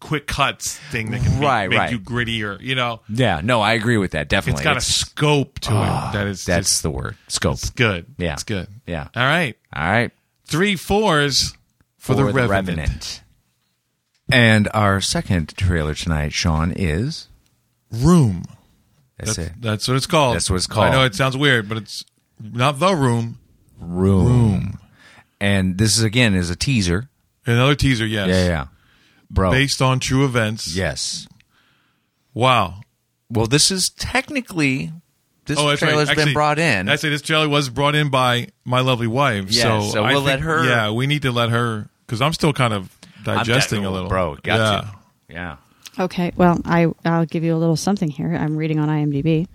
S2: quick cuts thing that can make,
S1: Right,
S2: make
S1: right.
S2: you grittier you know
S1: yeah, no, I agree with that. Definitely,
S2: it's Ah, got a scope to it that is
S1: that's
S2: just-
S1: the word scope.
S2: it's good
S1: Yeah.
S2: it's good
S1: Yeah.
S2: all right
S1: All right,
S2: three fours for, the, revenant.
S1: And our second trailer tonight, Sean, is
S2: room
S1: that's, it.
S2: that's what it's called
S1: That's what it's called.
S2: i know it sounds weird but it's not the room
S1: Room. And this is again is a teaser.
S2: Another teaser, yes.
S1: Yeah, Oh. yeah. Bro.
S2: based on true events.
S1: Yes.
S2: Wow.
S1: Well, this is technically this
S2: Oh,
S1: trailer's
S2: that's right. Actually-
S1: been brought in.
S2: Actually, this trailer was brought in by my lovely wife.
S1: Yeah,
S2: so
S1: so
S2: I
S1: we'll
S2: think-
S1: let her-
S2: Yeah, we need to let her because I'm still kind of
S1: I'm
S2: digesting
S1: definitely-
S2: a little.
S1: Bro,
S2: yeah.
S1: gotcha. Yeah. yeah.
S3: Okay, well, I I'll give you a little something here. I'm reading on IMDb.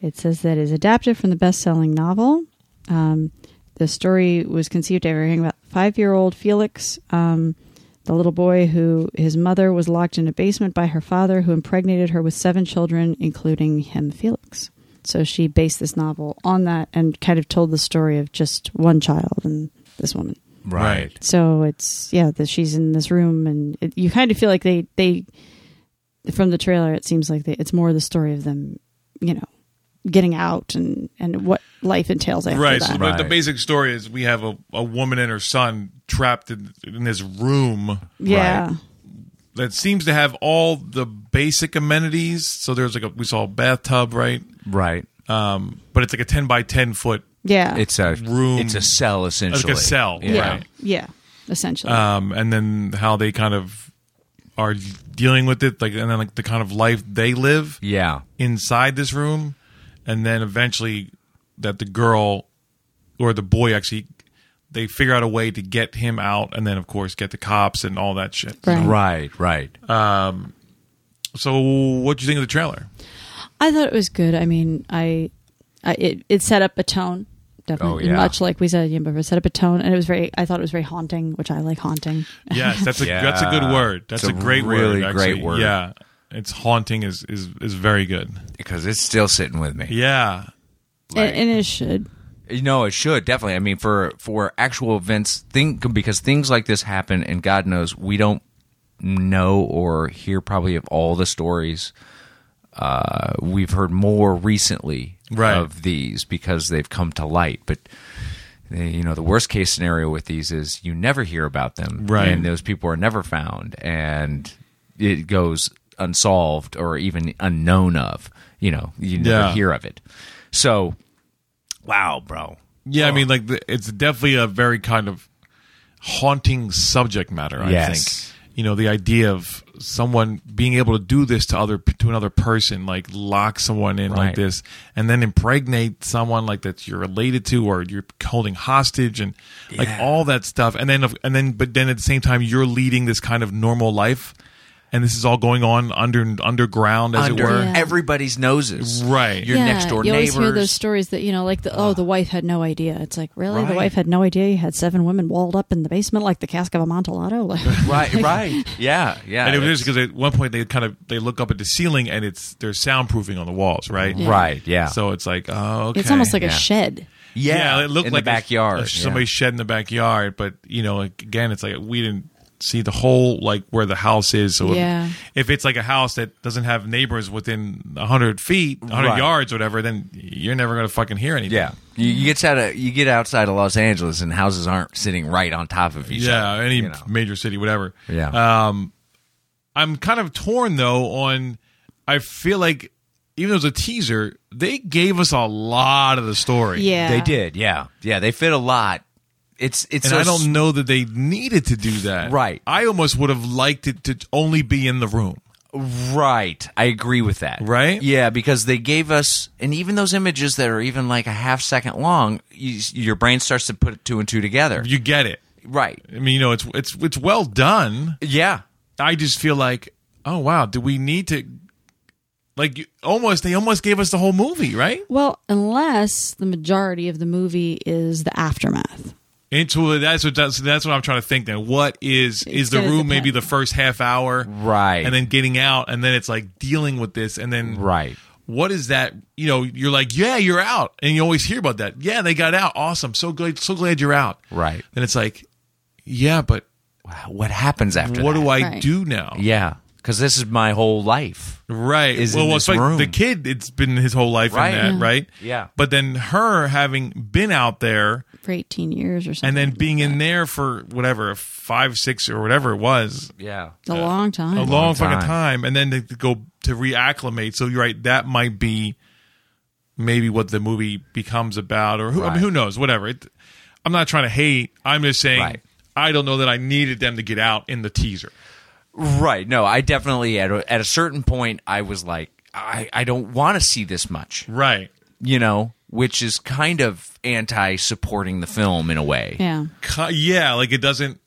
S3: It says that it is adapted from the best-selling novel. Um, the story was conceived after hearing about five-year-old Felix, um, the little boy who his mother was locked in a basement by her father, who impregnated her with seven children, including him, Felix. So she based this novel on that and kind of told the story of just one child and this woman.
S1: Right.
S3: So it's yeah that she's in this room, and it, you kind of feel like they they from the trailer. It seems like they, it's more the story of them, you know, getting out and and what life entails after
S2: Right. So
S3: that.
S2: the- the
S1: Right.
S2: basic story is we have a, a woman and her son trapped in, in this room
S3: Yeah.
S2: that seems to have all the basic amenities. So there's like a we saw a bathtub, right?
S1: Right.
S2: Um, but it's like a ten by ten foot
S3: Yeah.
S1: It's a
S2: Room.
S1: It's a cell essentially.
S2: like a cell,
S3: yeah.
S2: right.
S3: Yeah. Essentially.
S2: um, and then how they kind of are dealing with it, like, and then like the kind of life they live
S1: Yeah.
S2: inside this room, and then eventually that the girl or the boy actually they figure out a way to get him out, and then of course get the cops and all that shit.
S3: Right.
S1: Right, right.
S2: Uh, So, what do you think of the trailer?
S3: I thought it was good. I mean, I, I it, it set up a tone. Definitely,
S1: Oh, yeah.
S3: much like we said, you know, it set up a tone, and it was very. I thought it was very haunting, which I like haunting.
S2: Yes, that's a
S1: Yeah.
S2: that's a good word. That's
S1: It's
S2: a
S1: a
S2: great
S1: really
S2: word.
S1: great
S2: actually.
S1: word.
S2: Yeah, it's haunting is is is very good.
S1: because it's still sitting with me.
S2: Yeah,
S3: and, and it should.
S1: You know, it should definitely. I mean, for for actual events, think because things like this happen, and God knows we don't know or hear probably of all the stories. Uh, we've heard more recently
S2: Right.
S1: of these because they've come to light, but. eh, You know, the worst case scenario with these is you never hear about them,
S2: Right.
S1: And those people are never found, and it goes unsolved or even unknown of. You know, you never
S2: Yeah.
S1: hear of it. So, wow, bro,
S2: Yeah, I mean, like the, it's definitely a very kind of haunting subject matter. I
S1: Yes.
S2: think you know the idea of someone being able to do this to other to another person, like lock someone in like
S1: Right.
S2: this, and then impregnate someone like that you're related to or you're holding hostage, and like all that stuff. And then, and then, but then at the same time, you're leading this kind of normal life, and this is all going on under underground, as
S1: under
S2: it were.
S3: Yeah.
S1: everybody's noses.
S2: Right.
S1: Your
S3: yeah,
S1: next door
S3: you
S1: neighbors.
S3: always hear those stories that you know, like the oh, the wife had no idea. It's like really, the
S1: Right.
S3: wife had no idea you had seven women walled up in the basement like the cask of Amontillado. Like,
S1: Right, right. Yeah, yeah.
S2: and it was because at one point they kind of they look up at the ceiling and it's there's soundproofing on the walls, right?
S3: Yeah.
S1: Right, yeah.
S2: So it's like, oh, okay.
S3: It's almost like a
S1: yeah.
S3: shed.
S1: yeah,
S2: it looked
S1: in
S2: like
S1: the backyard.
S2: a, a, somebody
S1: yeah.
S2: shed in the backyard. But you know, like, again, it's like we didn't see the whole like where the house is. So if-
S3: Yeah.
S2: if, it's like a house that doesn't have neighbors within hundred feet, hundred
S1: Right.
S2: yards, whatever, then you're never gonna fucking hear anything.
S1: yeah. You, you get out of you get outside of Los Angeles and houses aren't sitting right on top of each
S2: yeah,
S1: other.
S2: any
S1: you know.
S2: major city, whatever.
S1: Yeah.
S2: Um, I'm kind of torn though on. I feel like even though it's a teaser, they gave us a lot of the story.
S3: Yeah,
S1: They did, yeah. Yeah, they fit a lot. It's it's
S2: And
S1: so
S2: I
S1: s-
S2: don't know that they needed to do that.
S1: Right.
S2: I almost would have liked it to only be in the room.
S1: Right. I agree with that.
S2: Right?
S1: Yeah, because they gave us, and even those images that are even like a half second long, you, your brain starts to put two and two together.
S2: You get it.
S1: right.
S2: I mean, you know, it's it's it's well done.
S1: Yeah.
S2: I just feel like, oh wow, do we need to? Like you- almost, they almost gave us the whole movie, right?
S3: Well, unless the majority of the movie is the aftermath.
S2: Into that's what that's, that's what I'm trying to think. Then what is
S3: It's
S2: is the
S3: gonna
S2: room
S3: depend.
S2: maybe the first half hour,
S1: Right.
S2: And then getting out, and then it's like dealing with this, and then
S1: Right.
S2: What is that? You know, you're like, yeah, you're out, and you always hear about that. Yeah, they got out. Awesome. So glad, so glad you're out.
S1: Right.
S2: Then it's like, yeah, but
S1: Wow, What happens after
S2: what
S1: that?
S2: do I
S3: Right.
S2: do now?
S1: Yeah, because this is my whole life.
S2: Right.
S1: is
S2: well,
S1: in
S2: well,
S1: this
S2: it's like
S1: room.
S2: the kid. It's been his whole life
S1: Right.
S2: in that,
S1: Yeah.
S2: right?
S1: Yeah.
S2: But then her having been out there,
S3: For 18 years or something.
S2: and then
S3: like
S2: being in
S3: that.
S2: there for whatever five, six, or whatever it was,
S1: Yeah.
S3: It's a long time.
S2: a long,
S1: time.
S2: fucking time, and then to, to go to reacclimate. So you're right. That might be maybe what the movie becomes about, or who, I
S1: Right.
S2: mean, who knows? Whatever. It, I'm not trying to hate. I'm just saying
S1: Right.
S2: I don't know that I needed them to get out in the teaser.
S1: Right. No, I definitely at a, at a certain point I was like, I, I don't want to see this much.
S2: Right.
S1: You know, which is kind of anti supporting the film in a way.
S3: Yeah.
S2: Ki- Yeah, like it doesn't.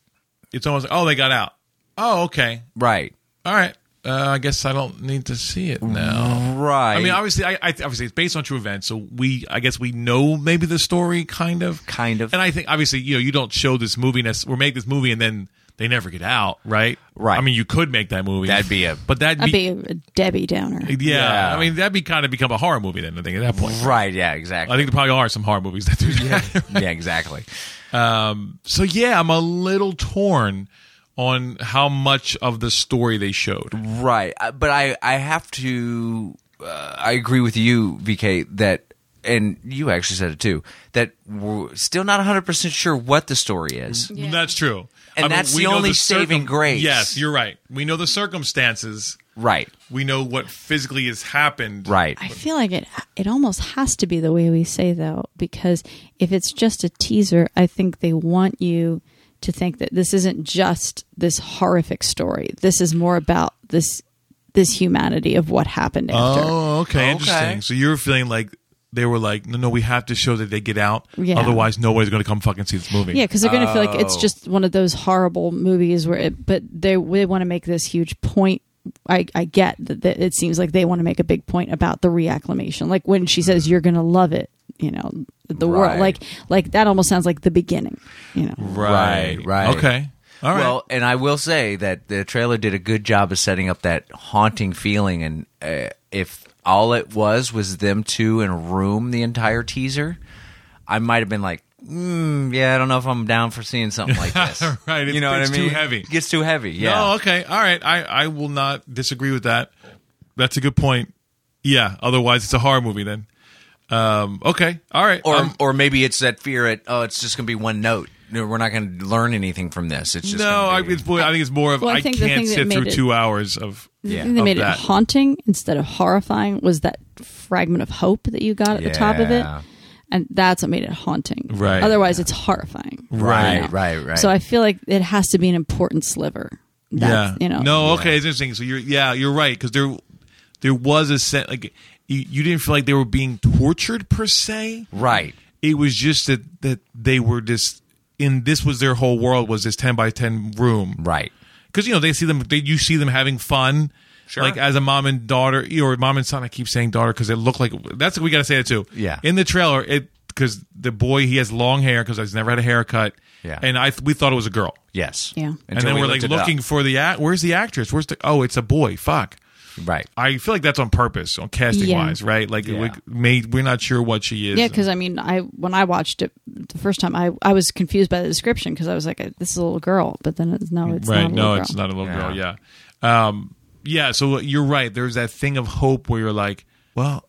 S2: It's almost like, oh, they got out. Oh, okay.
S1: Right.
S2: All right. Uh, I guess I don't need to see it now.
S1: Right.
S2: I mean, obviously, I, I obviously it's based on true events, so we, I guess, we know maybe the story, kind of,
S1: Kind of.
S2: And I think obviously, you know, you don't show this movie nec- or make this movie, and then they never get out, right?
S1: Right.
S2: I mean, you could make that movie.
S1: That'd be a-
S2: but that'd
S3: I'd
S2: be,
S3: be a Debbie Downer.
S2: yeah,
S1: Yeah.
S2: I mean, that'd be kind of become a horror movie then. I think at that point,
S1: Right. Yeah.
S2: I
S1: Exactly.
S2: think there probably are some horror movies that do that.
S1: yeah. Exactly.
S2: Um, so yeah, I'm a little torn on how much of the story they showed.
S1: Right, Uh, but I I have to uh, I agree with you, VK, that and you actually said it too that we're still not 100% sure what the story is.
S2: That's true.
S1: And that's the
S2: know
S1: only
S2: circum-
S1: saving grace.
S2: Yes, you're right. We know the circumstances.
S1: Right.
S2: We know what physically has happened.
S1: Right.
S3: I feel like it it almost has to be the way we say though because if it's just a teaser, I think they want you to think that this isn't just this horrific story. This is more about this this humanity of what happened after.
S2: Oh, okay,
S1: Okay.
S2: Interesting. So you're feeling like they were like, no, no, we have to show that they get out.
S3: Yeah.
S2: Otherwise, nobody's going to come fucking see this movie.
S3: Yeah, because they're going to feel like it's just one of those horrible movies where, it, but they they want to make this huge point. I, I get that, that it seems like they want to make a big point about the reacclimation, like when she says you're going to love it, you know, the
S1: Right.
S3: world, like like that almost sounds like the beginning, you know.
S2: Right.
S1: Right, right.
S2: Okay. All right.
S1: Well, and I will say that the trailer did a good job of setting up that haunting feeling and uh, if all it was was them two in a room the entire teaser, I might have been like Mm, yeah, I don't know if I'm down for seeing something like this.
S2: Right, it's-
S1: you know what
S2: it's
S1: I
S2: too
S1: mean?
S2: heavy.
S1: It gets too heavy. Yeah.
S2: Oh, okay. All right. I, I will not disagree with that. That's a good point. Yeah. Otherwise, it's a horror movie then. Um, okay. All right.
S1: or
S2: Um,
S1: or maybe it's that fear at oh, it's just going to be one note. No, we're not going to learn anything from this. It's just
S2: no, I,
S1: gonna be-
S2: it's, more- I think it's more of
S3: Well, I
S2: I,
S3: think the
S2: can't
S3: thing that
S2: sit through
S3: made it-
S2: two hours of.
S3: The
S1: Yeah.
S3: thing that
S2: Of
S3: made
S2: that.
S3: it haunting instead of horrifying was that fragment of hope that you got at the top of it.
S1: Yeah.
S3: And that's what made it haunting.
S2: Right.
S3: Otherwise, it's horrifying.
S1: Right, right, right.
S3: So I feel like it has to be an important sliver. That's, You know.
S2: No. Okay. It's interesting. So you're yeah you're right because there there was a set like you, you didn't feel like they were being tortured per se.
S1: right.
S2: It was just that that they were just in this was their whole world was this ten by ten room.
S1: Right.
S2: because you know they see them they, you see them having fun
S1: Sure.
S2: like as a mom and daughter or mom and son i keep saying daughter because it looked like that's we gotta say it too
S1: Yeah.
S2: in the trailer it because the boy he has long hair because he's never had a haircut
S1: Yeah.
S2: and i we thought it was a girl
S1: Yes.
S3: Yeah.
S2: and then
S1: we
S2: we're like
S1: looked it
S2: looking
S1: up.
S2: for the act where's the actress where's the oh it's a boy fuck
S1: right.
S2: i feel like that's on purpose on casting
S3: Yeah.
S2: wise right like
S1: Yeah.
S2: we made we're not sure what she is
S3: Yeah, because I mean, I when I watched it the first time, I, I was confused by the description because I was like, "This is a little girl," but then it's, no, it's
S2: right
S3: not. A
S2: no
S3: little
S2: it's
S3: girl.
S2: not a little girl
S1: Yeah.
S2: yeah um yeah so you're right there's that thing of hope where you're like well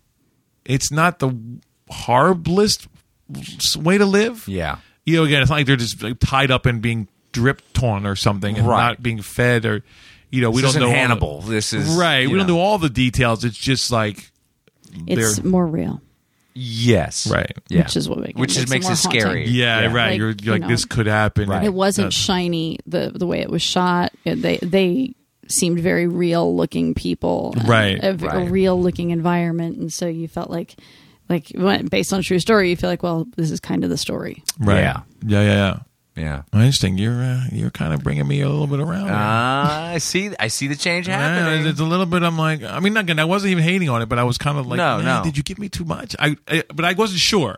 S2: it's not the horriblest s- way to live
S1: Yeah.
S2: you know again it's not like they're just like, tied up and being dripped on or something and
S1: Right.
S2: not being fed or you know we
S1: This
S2: don't know all
S1: isn't
S2: the-
S1: Hannibal. This is,
S2: right
S1: you
S2: we don't
S1: know.
S2: know all the details it's just like
S3: It's
S2: they're-
S3: more real,
S1: Yes.
S2: Right.
S1: Yeah.
S3: which is what makes
S1: Which
S3: it
S1: just makes
S3: more
S1: it scary.
S3: haunting.
S2: yeah,
S1: Yeah.
S2: right
S3: Like,
S2: you're,
S3: you
S2: you're like
S3: know.
S2: this could happen
S1: Right.
S3: It wasn't
S2: That's-
S3: shiny the the way it was shot. It- They they seemed very real looking people, and
S2: Right,
S3: A,
S1: right.
S3: real looking environment, and so you felt like like when- based on a true story, you feel like, well, this is kind of the story.
S2: right
S1: Yeah.
S2: yeah yeah yeah
S1: Yeah.
S2: Well, interesting you're uh, you're kind of bringing me a little bit around here.
S1: Uh, I see. I see the change
S2: Yeah,
S1: happening.
S2: it's a little bit. I'm like, I mean, not, I wasn't even hating on it, but I was kind of like,
S1: No,
S2: "Man,
S1: no.
S2: did you give me too much? I, I but I wasn't sure.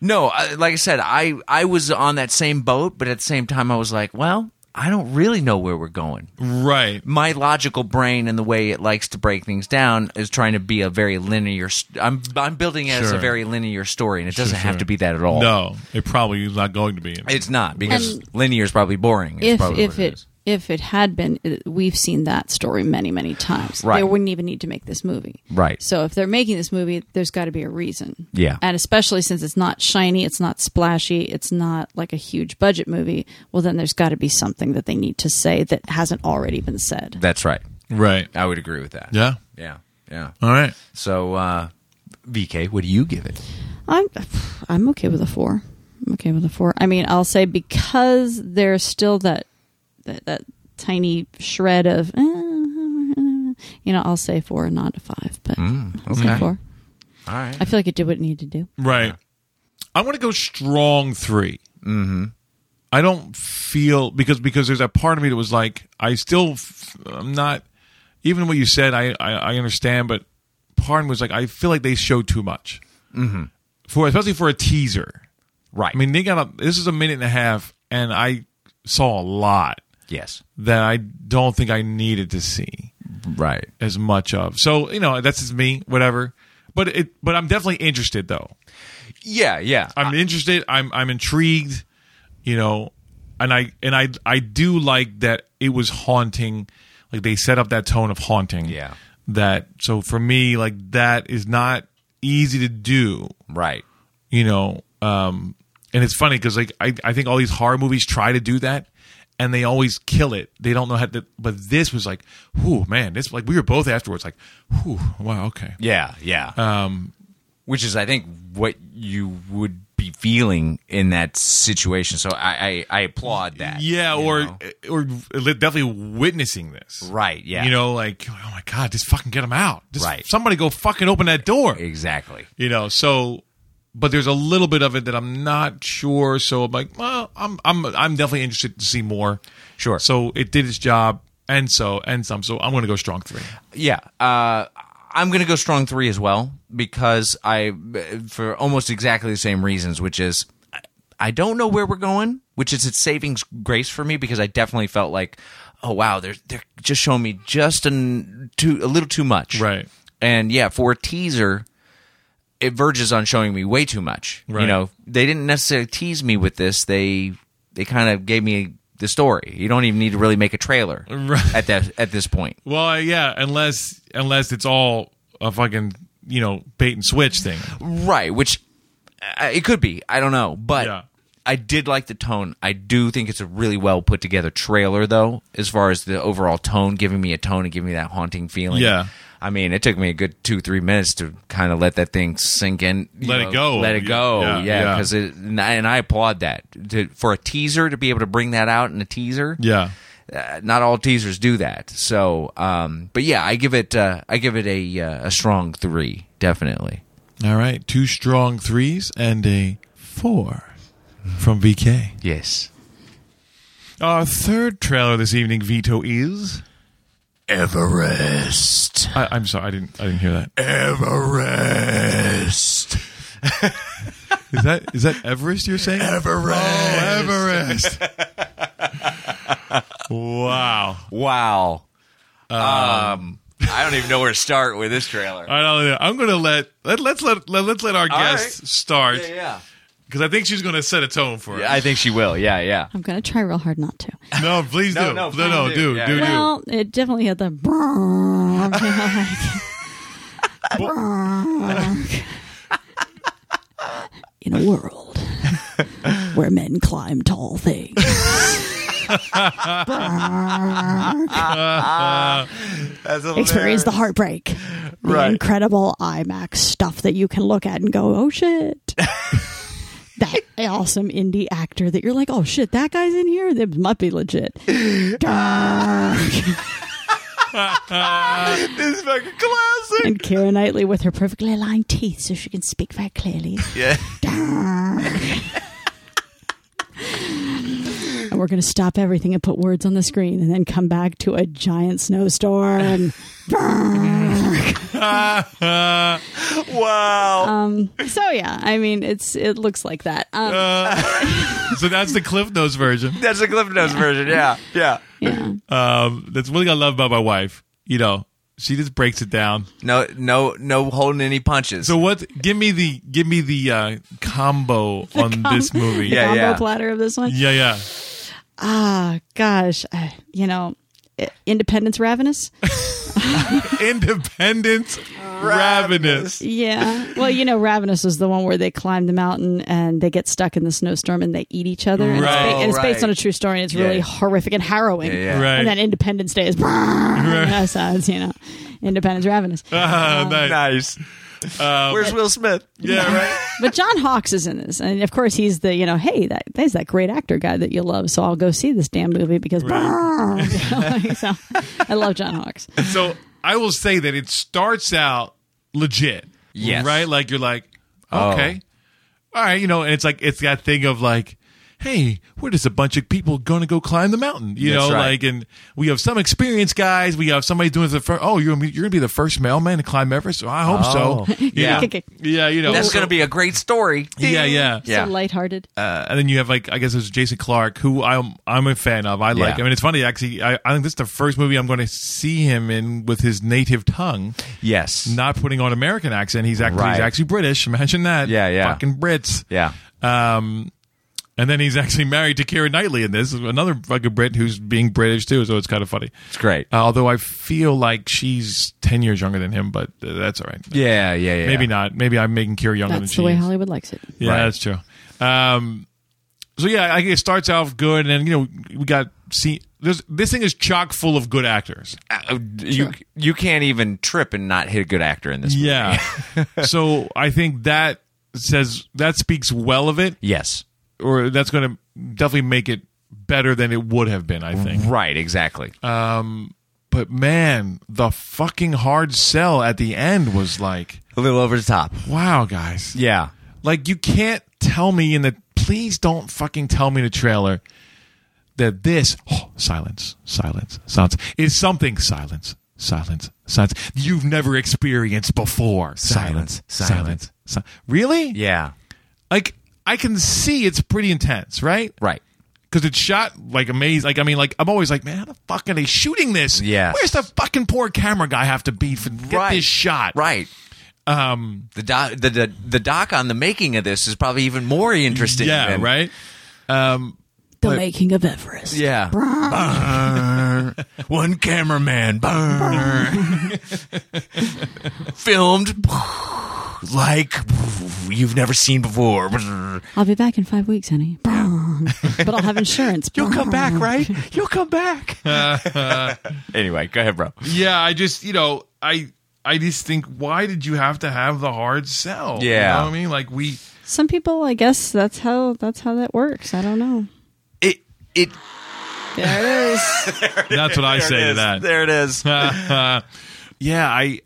S1: No, I, like I said, I I was on that same boat, but at the same time, I was like, well, I don't really know where we're going.
S2: Right.
S1: my logical brain and the way it likes to break things down is trying to be a very linear. St- I'm I'm building it as a
S2: Sure.
S1: very linear story, and it doesn't have
S2: sure.
S1: to be that at all.
S2: No, it probably is not going to be.
S1: it's not because
S3: And-
S1: linear is probably boring. is
S3: if
S1: probably
S3: if
S1: what
S3: it,
S1: is.
S3: if it had been, it- we've seen that story many many times.
S1: Right.
S3: They wouldn't even need to make this movie.
S1: Right.
S3: So if they're making this movie, there's got to be a reason.
S1: Yeah.
S3: And especially since it's not shiny, it's not splashy, it's not like a huge budget movie. Well, then there's got to be something that they need to say that hasn't already been said.
S1: that's right.
S2: right.
S1: I would agree with that.
S2: Yeah.
S1: yeah, yeah.
S2: All right.
S1: So, uh, VK, what do you give it?
S3: I'm I'm okay with a four. I'm okay with a four. I mean, I'll say because there's still that that, that tiny shred of, eh, you know, I'll say four, not a five, but I'll say
S2: Mm, okay.
S3: four.
S2: All right.
S3: I feel like it did what it needed to do.
S2: Right. I want to go strong 3 Mm-hmm. I don't feel because because there's that part of me that was like I still f- I'm not even what you said I I, I understand but part of me was like I feel like they showed too much mm-hmm. for especially for a teaser.
S1: Right.
S2: I mean they got a, this is a minute and a half and I saw a lot
S1: yes.
S2: that I don't think I needed to see
S1: Right.
S2: as much of. So you know that's just me whatever. But it but I'm definitely interested though.
S1: Yeah. Yeah.
S2: I'm interested. I'm I'm intrigued. You know, and I and I I do like that it was haunting. Like they set up that tone of haunting.
S1: Yeah.
S2: That so for me like that is not easy to do.
S1: right.
S2: You know, um, and it's funny because like I I think all these horror movies try to do that. And they always kill it. They don't know how to. But this was like, whew, man, this like we were both afterwards like, whew, wow, okay,
S1: Yeah. Yeah. Um, Which is, I think, what you would be feeling in that situation. So I I, I applaud that.
S2: Yeah,
S1: you
S2: or
S1: know?
S2: or li- definitely witnessing this.
S1: Right, yeah.
S2: You know, like oh my god, just fucking get him out. Just
S1: Right.
S2: Somebody go fucking open that door.
S1: exactly.
S2: You know. So, but there's a little bit of it that I'm not sure. So I'm like, well, I'm I'm I'm definitely interested to see more.
S1: Sure.
S2: So it did its job, and so and some. So I'm gonna go strong three.
S1: Yeah. Uh, I'm going to go strong three as well because I, for almost exactly the same reasons, which is I- I don't know where we're going, which is its savings grace for me because I definitely felt like, oh, wow, they're, they're just showing me just an, too, a little too much.
S2: Right.
S1: And yeah, for a teaser, it verges on showing me way too much. You
S2: Right.
S1: know, they didn't necessarily tease me with this. They they kind of gave me the story. You don't even need to really make a trailer
S2: Right.
S1: at that at this point.
S2: Well, yeah, unless unless it's all a fucking you know bait and switch thing.
S1: Right, which uh, it could be. I don't know, but
S2: Yeah.
S1: I did like the tone. I do think it's a really well put together trailer, though, as far as the overall tone, giving me a tone and giving me that haunting feeling.
S2: Yeah.
S1: I mean, it took me a good two, three minutes to kind of let that thing sink in. you
S2: Let it go.
S1: Let it go.
S2: Yeah,
S1: Yeah,
S2: yeah.
S1: because it, and I and I applaud that to, for a teaser to be able to bring that out in a teaser
S2: Yeah.
S1: uh, not all teasers do that. So, um, but yeah, I give it uh, I give it a uh, a strong three, definitely.
S2: All right, two strong threes and a four from VK.
S1: Yes.
S2: Our third trailer this evening, Vito is.
S7: Everest.
S2: I, I'm sorry, I didn't. I didn't hear that.
S7: Everest.
S2: Is that is that Everest you're saying? Oh,
S7: Everest.
S2: Everest. wow.
S1: Wow. Um, I don't even know where to start with this trailer.
S6: Uh,
S2: I don't know. I'm gonna let let let's let, let let's let our guest
S1: right.
S2: start
S1: yeah, yeah.
S2: because I think she's gonna set a tone for us.
S1: I think she will. Yeah, yeah.
S3: I'm going to try real hard not to.
S2: no, please
S1: No,
S2: do.
S1: no,
S2: no, no,
S1: please do.
S2: do,
S1: Yeah,
S2: do,
S1: yeah.
S2: do.
S3: Well, it definitely had the. In a world where men climb tall things. Experience the heartbreak, the incredible IMAX stuff that you can look at and go, "Oh shit!" that awesome indie actor that you're like, "Oh shit, that guy's in here. That must be legit."
S1: This is fucking classic.
S3: and Kira Knightley with her perfectly aligned teeth so she can speak very clearly. Yeah. and we're going to stop everything and put words on the screen and then come back to a giant snowstorm.
S1: Wow.
S3: Um, so yeah, I mean it's it looks like that. Um,
S2: So that's the Cliff Notes version.
S1: That's the Cliff Notes version. Yeah, yeah.
S3: yeah.
S2: Um, that's one thing I love about my wife. You know, she just breaks it down.
S1: No, no, no holding any punches.
S2: So what? Give me the give me the uh, combo on this movie.
S3: The
S1: Yeah,
S3: combo
S1: yeah.
S3: platter of this one.
S2: yeah, yeah.
S3: Ah, gosh, uh, you know, i- Independence Ravenous.
S2: Independence, ravenous.
S3: Yeah. Well, you know, Ravenous is the one where they climb the mountain and they get stuck in the snowstorm and they eat each other. And it's,
S2: Right.
S3: ba- and it's based
S1: Right.
S3: on a true story. And it's
S1: Yeah.
S3: really horrific and harrowing.
S1: yeah.
S2: Right.
S3: And then
S1: Uh-huh.
S3: Independence Day is. Right. you know, so it's, you know, Independence Ravenous.
S2: Ah, nice.
S1: nice.
S6: Um,
S1: Where's Will Smith?
S6: yeah, right.
S3: But John Hawkes is in this, and of course he's the you know, hey, that there's that great actor guy that you love, so I'll go see this damn movie because brrr. You know, so, I love John Hawkes.
S2: So I will say that it starts out legit.
S1: Yes. Oh.
S2: Right? Like you're like, okay. All right, you know, and it's like it's that thing of like, hey, we're just a bunch of people gonna go climb the mountain. You
S1: That's
S2: know,
S1: right.
S2: like and we have some experienced guys, we have somebody doing the first oh, you're gonna be- you're gonna be the first mailman to climb Everest. Oh, I
S1: Uh-huh.
S2: hope so. You
S1: Yeah.
S2: know? Yeah, you know.
S1: That's
S2: so-
S1: going to be a great story.
S2: Yeah, yeah.
S1: Yeah. Uh-huh.
S3: So lighthearted.
S2: Uh, and then you have like I guess it was Jason Clark, who I'm I'm a fan of. I like. I
S1: Yeah.
S2: mean, it's funny actually. I, I think this is the first movie I'm going to see him in with his native tongue,
S1: Yes.
S2: not putting on American accent. He's actually he's
S1: Right.
S2: actually British. Imagine that.
S1: Yeah, yeah.
S2: Fucking Brits.
S1: Yeah.
S2: Um, and then he's actually married to Kira Knightley in this, another fucking Brit who's being British too. So it's kind of funny.
S1: It's great.
S2: Uh, although I feel like she's ten years younger than him, but uh, that's all right.
S1: yeah, yeah, yeah.
S2: Maybe not. Maybe I'm making Kira younger than
S3: That's
S2: she
S3: the way
S2: is.
S3: Hollywood likes it.
S2: Yeah,
S1: Right.
S2: that's true. Um, so yeah, I guess it starts off good, and you know we got see. There's, this thing is chock full of good actors.
S1: Uh, you you can't even trip and not hit a good actor in this. Movie.
S2: Yeah, so I think that says that speaks well of it,
S1: Yes.
S2: or that's going to definitely make it better than it would have been. I
S1: Mm-hmm.
S2: think.
S1: Right. Exactly.
S2: But man, the fucking hard sell at the end was like,
S1: a little over the top.
S2: wow, guys.
S1: Yeah.
S2: Like you can't tell me in the please don't fucking tell me in the trailer that this oh, silence, silence, silence is something silence, silence, silence you've never experienced before. Silence, silence.
S1: Silence,
S2: silence. Really?
S1: Yeah.
S2: Like I can see it's pretty intense, right?
S1: Right.
S2: Because it's shot like amazing. Like I mean, like I'm always like, man, how the fuck are they shooting this?
S1: Yes.
S2: Where's the fucking poor camera guy have to be for get
S1: right.
S2: this shot?
S1: Right. Um. The doc. The, the the doc on the making of this is probably even more interesting.
S2: Yeah.
S1: than-
S2: right.
S3: The making of Everest.
S1: Yeah. One cameraman. Filmed like you've never seen before.
S3: I'll be back in five weeks, honey. Brrr. but I'll have insurance. Brrr.
S1: right? You'll come back. anyway, go ahead, bro.
S2: Yeah, I just you know I I just think why did you have to have the hard sell? You
S1: Yeah.
S2: know what I mean like we
S3: Some people, I guess, that's how that's how that works. I don't know.
S1: It it
S3: There it is.
S2: that's what I say to that.
S1: There it is.
S2: yeah, I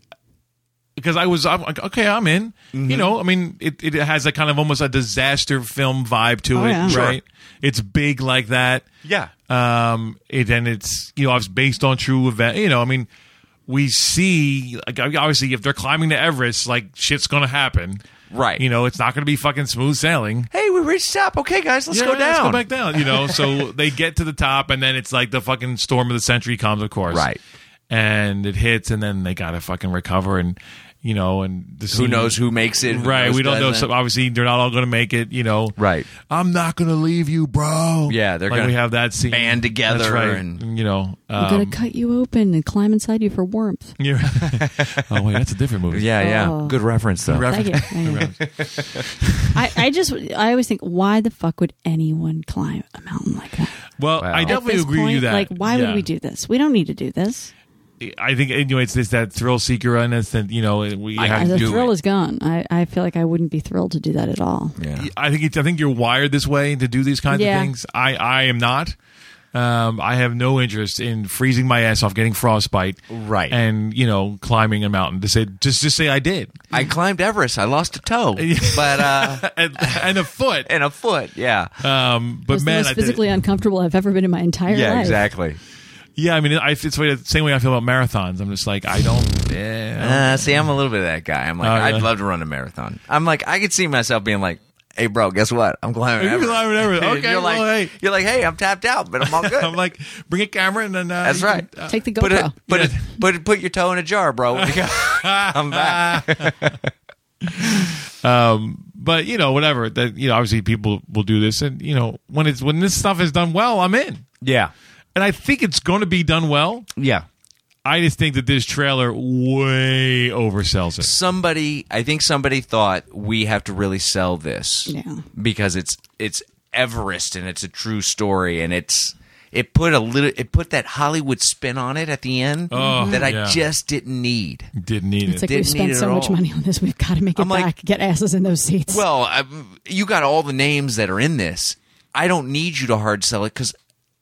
S2: because I was I'm like okay I'm in you
S1: Mm-hmm.
S2: know I mean it it has a kind of almost a disaster film vibe to
S3: Oh,
S2: it
S3: yeah. Sure.
S2: right it's big like that
S1: yeah.
S2: um it and it's you know it's based on true event you know I mean. We see, like, obviously, if they're climbing to Everest, like shit's gonna happen,
S1: Right.
S2: You know, it's not gonna be fucking smooth sailing.
S1: Hey, we reached top. Okay, guys, let's
S2: Yeah,
S1: go
S2: yeah,
S1: down.
S2: Let's go back down. You know, so they get to the top, and then it's like the fucking storm of the century comes, of course.
S1: Right.
S2: And it hits, and then they gotta fucking recover, and you know, and the
S1: Who
S2: scene-
S1: knows who makes it? who
S2: Right,
S1: knows
S2: we don't know.
S1: doesn't.
S2: So obviously, they're not all going to make it. You know,
S1: Right.
S2: I'm not going to leave you, bro.
S1: Yeah, they're
S2: like
S1: gonna
S2: we have that scene
S1: band together
S2: That's right.
S1: and-
S2: you know,
S3: I'm gonna
S2: um,
S3: cut you open and climb inside you for warmth.
S2: you're- oh wait, that's a different movie.
S1: Yeah, yeah.
S3: Oh.
S1: Good reference though.
S3: Thank you. Thank you. I, I just, I always think, why the fuck would anyone climb a mountain like that?
S2: Well,
S1: Wow.
S2: I
S1: At
S2: definitely
S3: At this
S2: agree with
S3: point,
S2: you that.
S3: like, why
S2: Yeah.
S3: would we do this? We don't need to do this.
S2: I think you know it's this that thrill seeker and it's that you know we have
S3: Uh, the
S2: to do
S3: thrill
S2: it.
S3: is gone. I, I feel like I wouldn't be thrilled to do that at all.
S1: Yeah.
S2: I think it's, I think you're wired this way to do these kinds
S3: Yeah.
S2: of things. I I am not. Um, I have no interest in freezing my ass off, getting frostbite,
S1: Right.
S2: and you know climbing a mountain to say just just say I did
S1: I climbed Everest. I lost a toe, but uh,
S2: and, and a foot.
S1: and a foot. Yeah.
S2: Um, but
S3: It's
S2: man, I
S3: the most
S2: did it.
S3: physically uncomfortable I've ever been in my entire
S1: yeah.
S3: life.
S1: Exactly.
S2: yeah, I mean, I, it's the same way I feel about marathons. I'm just like I don't. Yeah,
S1: Uh, see, I'm a little bit of that guy. I'm like,
S2: Oh, yeah.
S1: I'd love to run a marathon. I'm like, I could see myself being like, hey, bro, guess what? I'm climbing
S2: You're
S1: Everest.
S2: climbing Everest.
S1: And
S2: Okay,
S1: you're like,
S2: well, hey.
S1: you're like, hey, I'm tapped out, but I'm all good.
S2: I'm like bring a camera and then uh,
S1: That's
S2: you can-
S1: right.
S3: Take the
S1: Put it,
S3: GoPro.
S1: put it, put it, put your toe in a jar, bro. I'm back.
S2: but you know, whatever. That you know, obviously people will do this, and you know, when it's when this stuff is done well, I'm in.
S1: Yeah,
S2: and I think it's going to be done well.
S1: yeah.
S2: I just think that this trailer way oversells it.
S1: Somebody, I think somebody thought we have to really sell this
S3: Yeah.
S1: because it's it's Everest and it's a true story and it's It put a little. It put that Hollywood spin on it at the end
S2: Oh,
S1: that I
S2: yeah.
S1: just didn't need.
S2: Didn't need
S3: It's
S2: it.
S3: like we've
S1: Didn't need
S3: spent
S1: it
S3: so
S1: at
S3: much
S1: all.
S3: money on this. We've got to make it
S1: I'm like-
S3: back. Get asses in those seats.
S1: Well, I, you got all the names that are in this. I don't need you to hard sell it because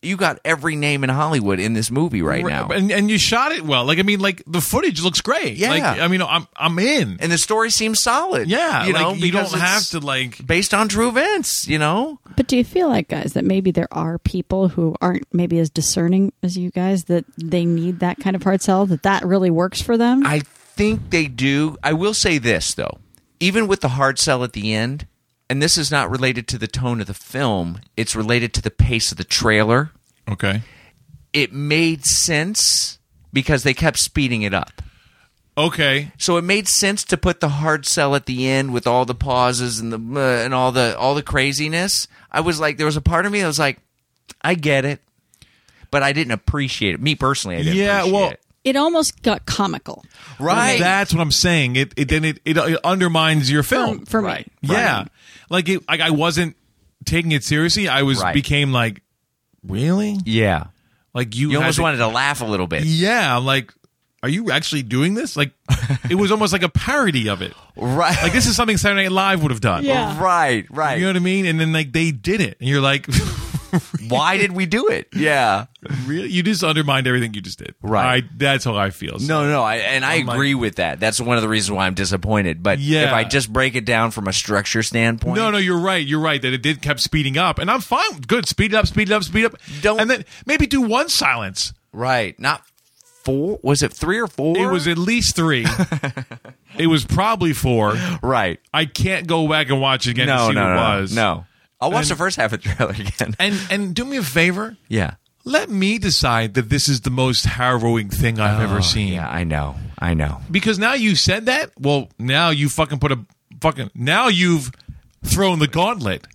S1: you got every name in Hollywood in this movie right now.
S2: and and you shot it well. Like I mean, like the footage looks great.
S1: Yeah.
S2: Like, I mean, I'm I'm in.
S1: and the story seems solid.
S2: Yeah,
S1: you
S2: like,
S1: know,
S2: you don't
S1: because it's
S2: have to like.
S1: based on true events. You know,
S3: But do you feel like, guys, that maybe there are people who aren't maybe as discerning as you guys that they need that kind of hard sell, that that really works for them?
S1: I think they do. I will say this though, even with the hard sell at the end, and this is not related to the tone of the film. It's related to the pace of the trailer.
S2: Okay.
S1: It made sense because they kept speeding it up.
S2: Okay.
S1: So it made sense to put the hard sell at the end with all the pauses and the uh, and all the all the craziness. I was like, there was a part of me that was like, I get it, but I didn't appreciate it. Me personally, I didn't.
S2: Yeah,
S1: appreciate
S2: well-
S1: it.
S3: it almost got comical
S1: right.
S2: That's what I'm saying. It, it then it, it, it undermines your film.
S3: for me.
S1: Oh, Right.
S2: Yeah. Like it like I wasn't taking it seriously. I was
S1: Right.
S2: became like really?
S1: yeah,
S2: Like you,
S1: you
S2: had
S1: almost
S2: to-
S1: wanted to laugh a little bit.
S2: Yeah, I'm like are you actually doing this? Like it was almost like a parody of it.
S1: Right.
S2: Like this is something Saturday Night Live would have done.
S3: Yeah.
S1: Right, right.
S2: You know what I mean? And then like they did it. And you're like
S1: Why did we do it? Yeah.
S2: really? You just undermined everything you just did.
S1: Right.
S2: I, that's how I feel. So-
S1: No, no, I, and I
S2: like-
S1: agree with that. That's one of the reasons why I'm disappointed. But
S2: Oh Yeah.
S1: if I just break it down from a structure standpoint,
S2: No, no, you're right. You're right that it did kept speeding up, and I'm fine. Good, speed it up, speed it up, speed it up.
S1: Don't-
S2: and then maybe do one silence.
S1: right? Not four. Was it three or four?
S2: It was at least three. it was probably four.
S1: right.
S2: I can't go back and watch it again to
S1: no,
S2: see
S1: no,
S2: what
S1: no,
S2: it was.
S1: No. I'll watch
S2: And-
S1: the first half of the trailer again.
S2: And and do me a favor.
S1: yeah.
S2: Let me decide that this is the most harrowing thing I've ever seen.
S1: Oh, Yeah, I know. I know.
S2: Because now you said that. Well, now you fucking put a fucking. Now you've thrown the gauntlet,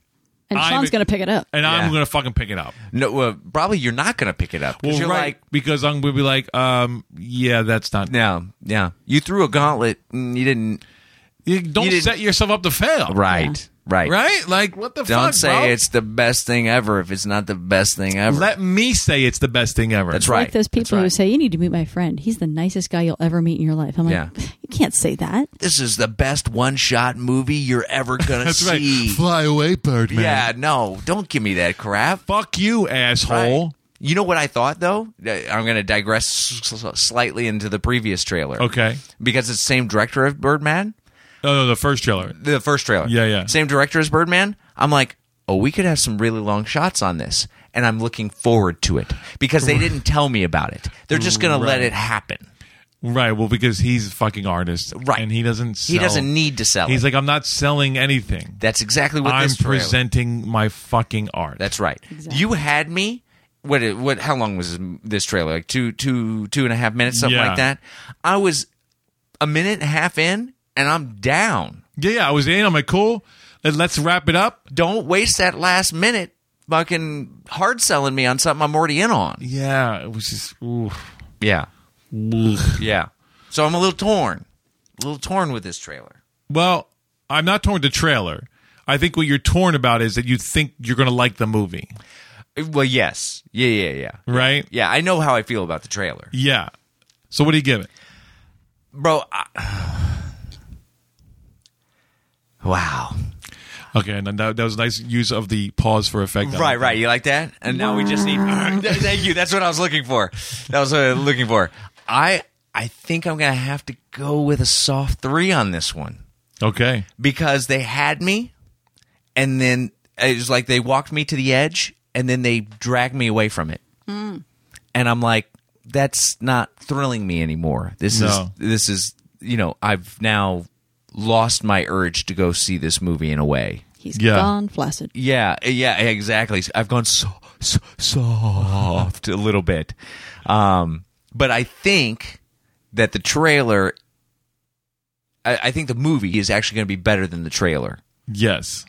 S3: And
S2: I'm-
S3: Sean's going to pick it up.
S2: and I'm
S1: Yeah.
S2: gonna fucking pick it up.
S1: No, well, probably you're not going to pick it up. 'cause
S2: Well,
S1: you're
S2: right,
S1: like,
S2: because I'm gonna be like, um, yeah, that's not.
S1: yeah, yeah. You threw a gauntlet and you didn't.
S2: You don't
S1: You didn't-
S2: set yourself up to fail.
S1: Right, right.
S2: Right? Like what the
S1: Don't
S2: fuck?
S1: say
S2: bro?
S1: it's the best thing ever if it's not the best thing ever.
S2: Let me say it's the best thing ever.
S1: That's
S3: Like
S1: right.
S3: those
S1: That's
S3: people who
S1: right.
S3: say, you need to meet my friend. He's the nicest guy you'll ever meet in your life. I'm like,
S1: Yeah.
S3: you can't say that.
S1: This is the best one shot movie you're ever going to
S2: That's right.
S1: see.
S2: Fly away, bird man.
S1: Yeah, no, don't give me that crap.
S2: Fuck you, asshole.
S1: Right. You know what I thought though? Uh, I'm going to digress s- s- slightly into the previous trailer.
S2: Okay.
S1: Because it's the same director of Birdman,
S2: No, no, the first trailer.
S1: the first trailer.
S2: Yeah, yeah.
S1: Same director as Birdman. I'm like, "Oh, we could have some really long shots on this." And I'm looking forward to it because they didn't tell me about it. They're just going to let it happen.
S2: Right. Well, because he's a fucking artist.
S1: Right.
S2: And he doesn't sell.
S1: He doesn't need to sell
S2: He's
S1: it.
S2: like, I'm not selling anything.
S1: That's exactly what
S2: I'm
S1: this trailer-
S2: presenting my fucking art.
S1: That's right. You had me. What? What? How long was this trailer? Like two, two, two and a half minutes, something
S2: Yeah.
S1: like that. I was a minute and a half in, and I'm down.
S2: Yeah, yeah, I was in. I'm like, cool. Let- Let's wrap it up.
S1: Don't waste that last minute, fucking hard selling me on something I'm already in on.
S2: Yeah, it was just. Ooh.
S1: Yeah, yeah. So I'm a little torn, a little torn with this trailer.
S2: Well, I'm not torn to trailer. I think what you're torn about is that you think you're going to like the movie,
S1: Well, yes, yeah, yeah, yeah,
S2: right?
S1: yeah. I know how I feel about the trailer,
S2: Yeah. So what do you give it?
S1: bro. I... wow.
S2: Okay, and that, that was nice use of the pause for effect.
S1: Right, right. You like that? And now we just need. Thank you. That's what I was looking for. That was what I was looking for. I I think I'm gonna have to go with a soft three on this one
S2: Okay.
S1: because they had me, and then it was like they walked me to the edge, and then they dragged me away from it, and I'm like, that's not thrilling me anymore. This
S2: No.
S1: is this is you know I've now lost my urge to go see this movie in a way.
S3: He's
S2: Yeah.
S3: gone flaccid.
S1: Yeah, yeah, exactly. I've gone so, so soft a little bit, um, but I think that the trailer, I, I think the movie is actually going to be better than the trailer
S2: Yes.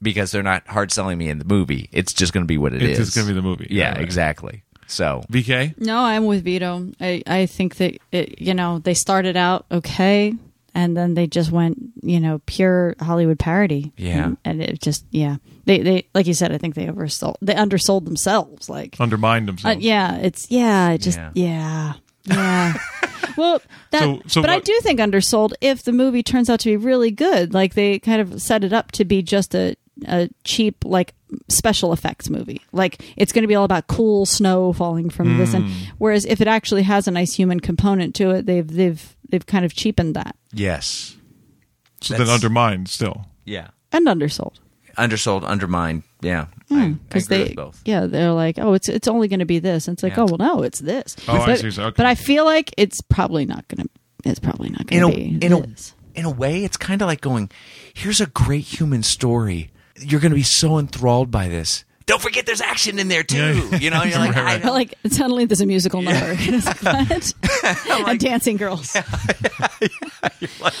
S1: because they're not hard selling me in the movie. It's just going to be what it
S2: It's
S1: is.
S2: just gonna be the movie.
S1: Yeah,
S2: Yeah, right.
S1: exactly. So
S2: VK?
S3: No, I'm with Vito. I, I think that, it, you know, they started out okay. and then they just went, you know, pure Hollywood parody.
S1: Yeah.
S3: and, and it just yeah, they they like you said, I think they oversold, they undersold themselves. Like,
S2: Undermined
S3: uh,
S2: themselves.
S3: yeah, it's yeah, it just
S1: Yeah.
S3: yeah, yeah. well, that
S2: So- so
S3: but I
S2: what-
S3: do think undersold if the movie turns out to be really good. Like they kind of set it up to be just a a cheap like special effects movie. Like it's going to be all about cool snow falling from this and
S2: Hmm.
S3: whereas if it actually has a nice human component to it, they've they've they've kind of cheapened that
S1: Yes.
S2: So
S1: That's-
S2: then undermined still.
S1: Yeah.
S3: and undersold.
S1: Undersold, undermined. Yeah. I, I agree
S3: because Mm, they
S1: with both.
S3: yeah they're like oh it's it's only going to be this and it's like
S1: Yeah.
S3: oh well no it's this
S2: Oh, I
S3: but,
S2: see. So, okay.
S3: but I feel like it's probably not going to it's probably not
S1: in
S3: going
S1: a
S3: to be
S1: in a
S3: this.
S1: in a way, it's kind of like going, "Here's a great human story. You're going to be so enthralled by this. Don't forget, there's action in there too.
S2: Yeah.
S1: You know, you're like, I
S3: But, like suddenly there's a musical number It's like- and dancing girls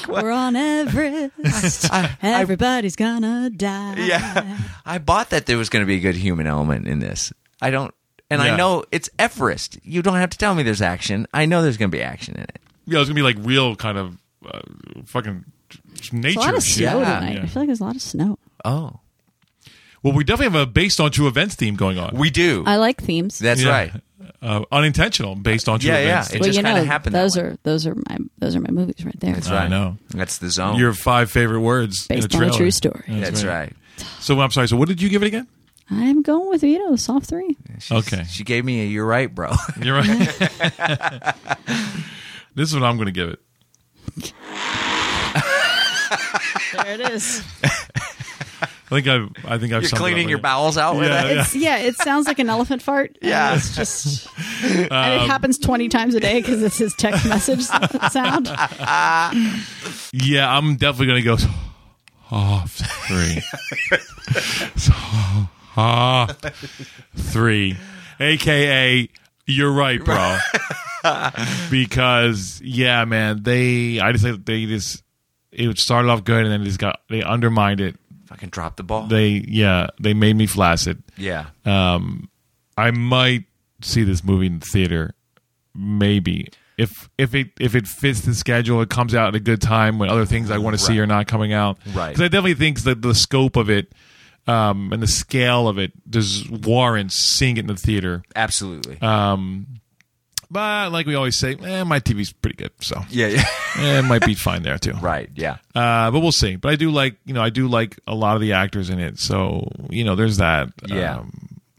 S3: we're on Everest everybody's gonna die
S1: yeah, I bought that there was going to be a good human element in this. I don't, and I
S2: Yeah.
S1: know it's Everest. You don't have to tell me there's action. I know there's going to be action in it.
S2: Yeah, it's gonna be like real kind of uh, fucking
S3: There's a lot
S2: nature
S3: of snow
S1: Yeah.
S3: tonight
S2: Yeah.
S3: I feel like there's a lot of snow
S1: Oh,
S2: Well, we definitely have a based on true events theme going on.
S1: we do.
S3: I like themes
S1: That's
S2: Yeah.
S1: right.
S2: uh, unintentional based on true
S1: Yeah, yeah.
S2: events.
S1: It
S3: well
S1: just
S3: you
S1: kinda
S3: know
S1: happened that
S3: those
S1: way.
S3: are those are my those are my movies right there
S1: That's
S2: I
S1: right.
S2: know.
S1: That's the zone.
S2: Your five favorite words in
S3: Based on a
S2: trailer.
S3: true story.
S1: That's right.
S2: So I'm sorry. So what did you give it again?
S3: I'm going with you know the soft three
S2: okay,
S1: She gave me a "You're right, bro."
S2: you're right. this is what I'm going to give it.
S3: there it is.
S2: I think I've. I think I've.
S1: You're
S2: summed it up
S1: cleaning your
S2: right.
S1: bowels out with
S2: Yeah,
S1: it.
S2: yeah.
S3: It's, yeah, it sounds like an elephant fart. and
S1: Yeah.
S3: it's just and it happens twenty times a day because it's his text message sound.
S2: Yeah, I'm definitely going to go
S1: Oh,
S2: soft three. soft three. AKA, you're right, bro. because, yeah, man, they, I just think they just, it started off good and then they just got, they undermined it.
S1: Fucking drop the ball.
S2: They, yeah, they made me flaccid.
S1: yeah.
S2: Um, I might see this movie in the theater, maybe if if it if it fits the schedule, it comes out at a good time when other things I want to see
S1: Right.
S2: are not coming out.
S1: Right.
S2: Because I definitely think that the scope of it, um, and the scale of it, does warrant seeing it in the theater.
S1: Absolutely.
S2: But like we always say, eh, my TV's pretty good, so
S1: yeah. Yeah.
S2: eh, it might be fine there too.
S1: right. Yeah.
S2: Uh, but we'll see. But I do like you know I do like a lot of the actors in it, so you know there's that.
S1: Yeah.
S2: Um,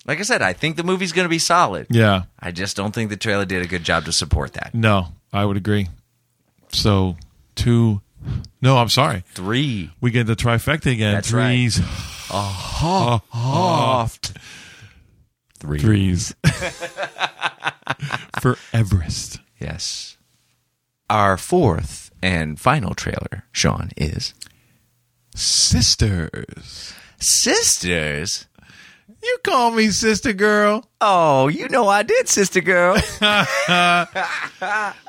S1: Like I said, I think the movie's going to be solid.
S2: yeah.
S1: I just don't think the trailer did a good job to support that.
S2: No, I would agree. So two. No, I'm sorry.
S1: Three.
S2: We get the trifecta again.
S1: That's
S2: threes,
S1: Oft. Three.
S2: threes for Everest.
S1: Yes. Our fourth and final trailer, Sean, is
S2: Sisters,
S1: Sisters.
S2: you call me sister girl.
S1: Oh, you know I did, sister girl.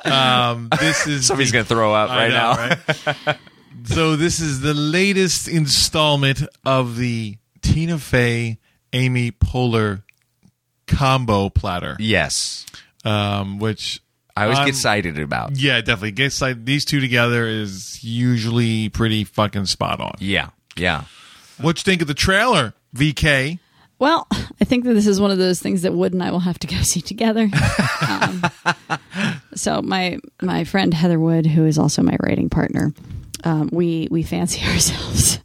S2: Um, this is
S1: Somebody's going to throw up
S2: I
S1: right
S2: know,
S1: now.
S2: right? so this is the latest installment of the Tina Fey, Amy Poehler combo platter,
S1: Yes.
S2: um, which
S1: I always
S2: I'm-
S1: get cited about.
S2: Yeah, definitely. Gets like these two together is usually pretty fucking spot on.
S1: Yeah. Yeah.
S2: What you think of the trailer, VK?
S3: Well, I think that this is one of those things that Wood and I will have to go see together. Um, so my my friend Heather Wood, who is also my writing partner, um, we we fancy ourselves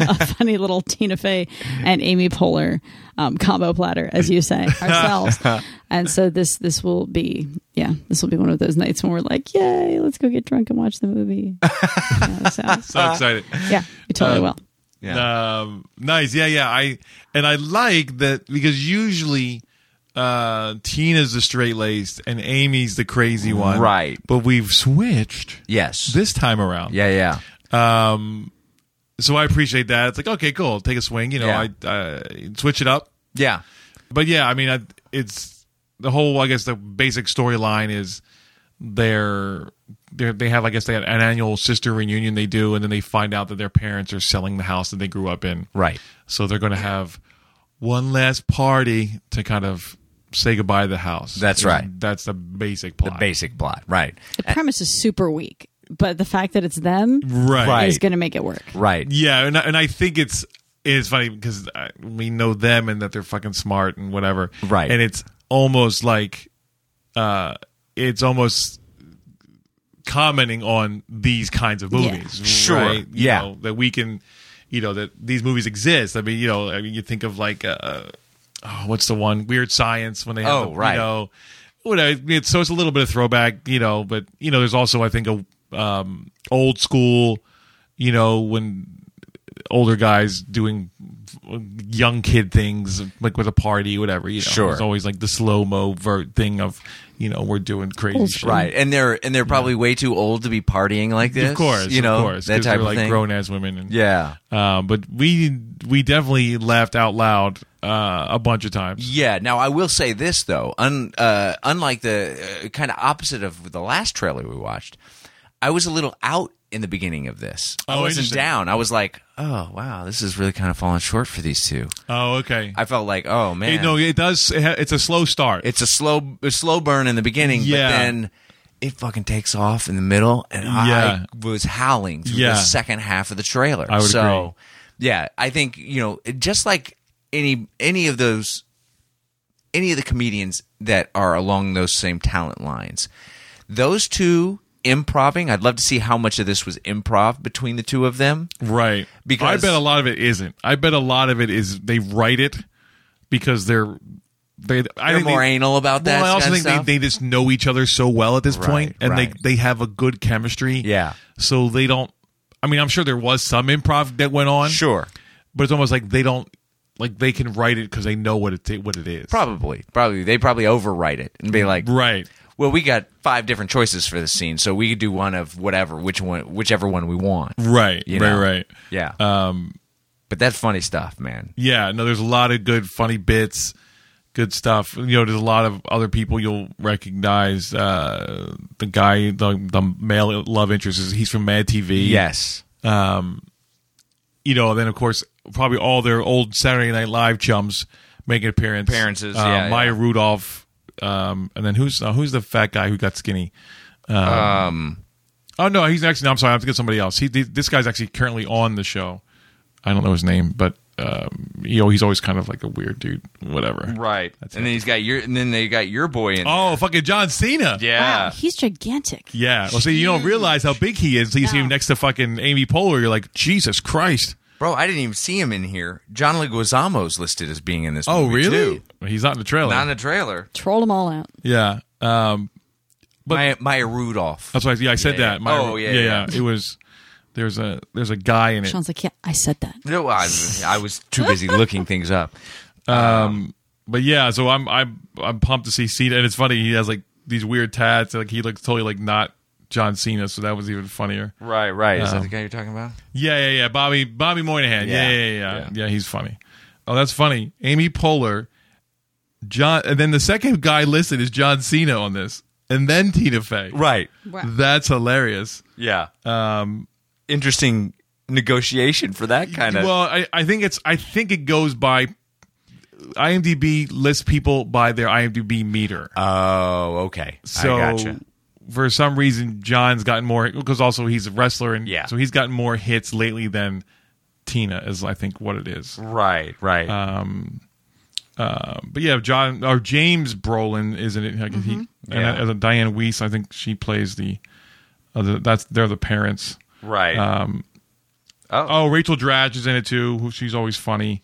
S3: a funny little Tina Fey and Amy Poehler um, combo platter, as you say, ourselves. and so this this will be yeah, this will be one of those nights when we're like, yay, let's go get drunk and watch the movie. You know, so,
S2: So excited.
S3: yeah, we totally will.
S1: Yeah.
S2: Um, nice. Yeah, yeah. I and I like that because usually uh, Tina's the straight laced and Amy's the crazy one,
S1: Right.
S2: But we've switched
S1: yes.
S2: this time around.
S1: yeah. Yeah.
S2: So I appreciate that. It's like okay, cool. Take a swing. You know,
S1: Yeah.
S2: I uh, switch it up.
S1: Yeah.
S2: But yeah, I mean, I, it's the whole. I guess the basic storyline is they're, they're they have. I guess they had an annual sister reunion they do, and then they find out that their parents are selling the house that they grew up in.
S1: Right.
S2: So they're going to have one last party to kind of say goodbye to the house.
S1: That's right.
S2: That's the basic
S1: The
S2: plot.
S1: basic plot. Right.
S3: The premise is super weak. but the fact that it's them
S2: Right.
S1: Right.
S3: is going to make it work.
S1: Right.
S2: Yeah, and I, and I think it's it's funny because uh, we know them and that they're fucking smart and whatever.
S1: Right.
S2: And it's almost like uh it's almost commenting on these kinds of movies.
S1: Sure,
S2: right? You
S1: yeah.
S2: know, that we can you know that these movies exist. I mean, you know, I mean you think of like uh oh, what's the one Weird Science when they have
S1: Oh,
S2: the,
S1: right.
S2: you know whatever. It's, so it's a little bit of throwback, you know, but you know, there's also I think a um, old school, you know, when older guys doing young kid things like with a party, whatever. You know,
S1: Sure.
S2: It's always like the slow mo vert thing of you know we're doing crazy shit.
S1: Right. And they're and they're probably way too old to be partying like this.
S2: Of course,
S1: You know,
S2: of course,
S1: that
S2: 'cause
S1: type
S2: they're
S1: of
S2: like
S1: thing.
S2: grown ass women. And,
S1: yeah.
S2: Uh, but we we definitely laughed out loud uh, a bunch of times.
S1: Yeah. Now I will say this though, un, uh, unlike the uh, kind of opposite of the last trailer we watched, I was a little out in the beginning of this. I
S2: Oh,
S1: wasn't
S2: interesting.
S1: down. I was like, oh wow, this is really kind of falling short for these two.
S2: Oh, okay.
S1: I felt like, oh man,
S2: It- no, it does. It ha- it's a slow start.
S1: it's a slow a slow burn in the beginning,
S2: Yeah.
S1: but then it fucking takes off in the middle, and
S2: Yeah.
S1: I was howling through
S2: Yeah.
S1: the second half of the trailer.
S2: I would
S1: so, yeah, I think you know, just like any any of those any of the comedians that are along those same talent lines, those two improving. I'd love to see how much of this was improv between the two of them.
S2: Right.
S1: Because-
S2: I bet a lot of it isn't. I bet a lot of it is they write it because they're they I
S1: They're
S2: think
S1: more
S2: they,
S1: anal about that
S2: Well, I also
S1: kind of
S2: think
S1: stuff.
S2: They, they just know each other so well at this
S1: Right,
S2: point, and
S1: right.
S2: they they have a good chemistry.
S1: Yeah.
S2: So they don't. I mean, I'm sure there was some improv that went on,
S1: Sure,
S2: but it's almost like they don't like they can write it because they know what it what it is.
S1: probably, probably they probably overwrite it and be like,
S2: Right.
S1: Well, we got five different choices for this scene, so we could do one of whatever, which one, whichever one we want.
S2: Right.
S1: You
S2: right.
S1: know?
S2: Right.
S1: Yeah. Um, but that's funny stuff, man.
S2: Yeah, no, there's a lot of good funny bits, good stuff. You know, there's a lot of other people you'll recognize. Uh, the guy, the, the male love interest, is he's from Mad TV.
S1: Yes.
S2: you know. Then of course, probably all their old Saturday Night Live chums make an appearance.
S1: Appearances,
S2: uh,
S1: yeah,
S2: Maya
S1: yeah.
S2: Rudolph, um, and then who's uh, who's the fat guy who got skinny? Um, oh no, he's actually. No, I'm sorry, I have to get somebody else. He th- this guy's actually currently on the show. I don't know his name, but. Um, you know, he's always kind of like a weird dude, whatever.
S1: Right.
S2: That's
S1: and
S2: it.
S1: then he's got your, and then they got your boy in.
S2: Oh, fucking John Cena.
S1: there. yeah.
S3: Wow, he's gigantic.
S2: Yeah. Well, see, you don't realize how big he is until you see him
S3: No.
S2: next to fucking Amy Poehler. You're like, Jesus Christ.
S1: Bro, I didn't even see him in here. John Leguizamo's listed as being in this.
S2: Oh,
S1: movie, Too.
S2: He's not in the trailer.
S1: Oh, Not in a trailer.
S3: Troll them all out.
S2: yeah. Um, But-
S1: Maya, Maya Rudolph.
S2: that's why I, yeah, I said
S1: Yeah,
S2: that.
S1: yeah.
S2: My-
S1: Oh, yeah, yeah.
S2: It was, there's a, there's a guy in it.
S3: Sean's like, yeah, I said that.
S1: No, I, I was too busy looking things up.
S2: But yeah, so I'm, I'm, I'm pumped to see Cena. And it's funny. He has like these weird tats. Like he looks totally like not John Cena. So that was even funnier.
S1: Right, right.
S2: Um,
S1: Is that the guy you're talking about?
S2: Yeah, yeah, yeah. Bobby Bobby Moynihan. Yeah, yeah,
S1: Yeah.
S2: yeah. Yeah, Yeah, he's funny. Oh, that's funny. Amy Poehler, John, and then the second guy listed is John Cena on this, and then Tina Fey.
S1: Right.
S3: Wow.
S2: That's hilarious.
S1: Yeah. Um, interesting negotiation for that kind of.
S2: well, I, I think it's I think it goes by IMDb lists people by their IMDb meter.
S1: oh, okay.
S2: so
S1: I gotcha.
S2: for some reason, John's gotten more because also he's a wrestler, and
S1: Yeah.
S2: so he's gotten more hits lately than Tina is. I think what it is.
S1: Right, right.
S2: Uh, But yeah, John or James Brolin is in it. Like he, and
S1: Yeah.
S2: uh, Diane Weiss, I think she plays the. Uh, the that's they're the parents. Um,
S1: right.
S2: Oh, Rachel Dratch is in it too. Who she's always funny.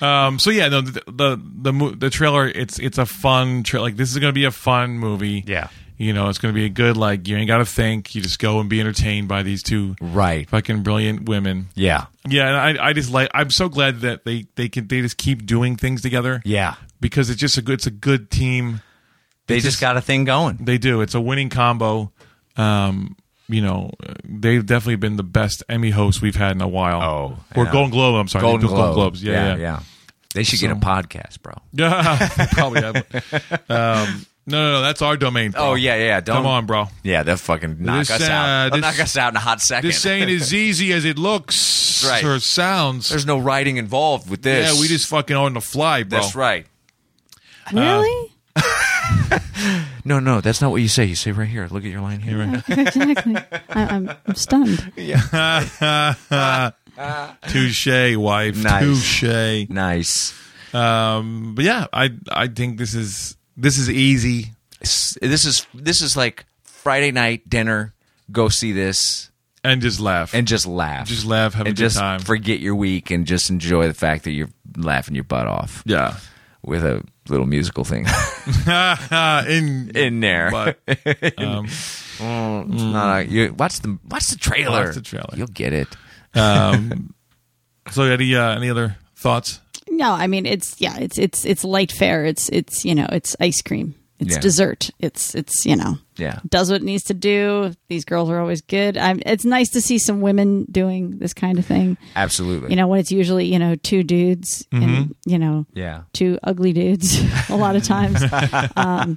S2: Um. So yeah, no, the the the, mo- the trailer. It's it's a fun tra- like this is gonna be a fun movie.
S1: Yeah.
S2: You know, it's gonna be a good like you ain't gotta think. You just go and be entertained by these two
S1: right.
S2: fucking brilliant women.
S1: Yeah.
S2: Yeah, and I I just like I'm so glad that they they can they just keep doing things together.
S1: Yeah.
S2: Because it's just a good it's a good team.
S1: They just, got a thing going.
S2: They do. It's a winning combo. Um, you know, uh, they've definitely been the best Emmy hosts we've had in a while.
S1: Oh,
S2: or
S1: yeah.
S2: Golden Globe. I'm sorry, They do Golden Globes. Yeah, yeah,
S1: They should get a podcast, bro.
S2: Yeah, probably. Have. Um, no, no, no. That's our domain. bro.
S1: Oh, yeah, yeah. Don't,
S2: Come on, bro.
S1: Yeah, they'll fucking knock
S2: This,
S1: us
S2: uh,
S1: out. They'll
S2: this-
S1: knock us out in a hot second.
S2: This ain't as easy as it looks
S1: That's right.
S2: or sounds.
S1: There's no writing involved with this.
S2: yeah, we
S1: Uh.
S2: just fucking on the fly, bro.
S1: That's right.
S3: Really?
S1: No, no, that's not what you say. You say right here. Look at your line here.
S3: exactly. I, I'm, I'm stunned.
S2: Touche, wife.
S1: Nice.
S2: Touche.
S1: Nice.
S2: Um, but yeah, I I think this is this is easy.
S1: S- This is this is like Friday night dinner. Go see this
S2: And just laugh.
S1: and just laugh.
S2: Just laugh, have a
S1: and
S2: good
S1: just
S2: time.
S1: Forget your week and just enjoy the fact that you're laughing your butt off
S2: yeah.
S1: with a little musical thing
S2: in
S1: in there.
S2: but um,
S1: It's not a- you- watch the watch the trailer.
S2: Mm. Watch the trailer.
S1: You'll get it.
S2: so any uh, any other thoughts?
S3: No, I mean it's yeah, it's it's it's light fare. It's it's you know it's ice cream. It's
S1: Yeah.
S3: dessert. It's it's you know
S1: Yeah.
S3: does what it needs to do. These girls are always good. I'm, it's nice to see some women doing this kind of thing.
S1: Absolutely.
S3: You know when it's usually you know two dudes
S1: Mm-hmm.
S3: and you know
S1: Yeah.
S3: two ugly dudes a lot of times. um,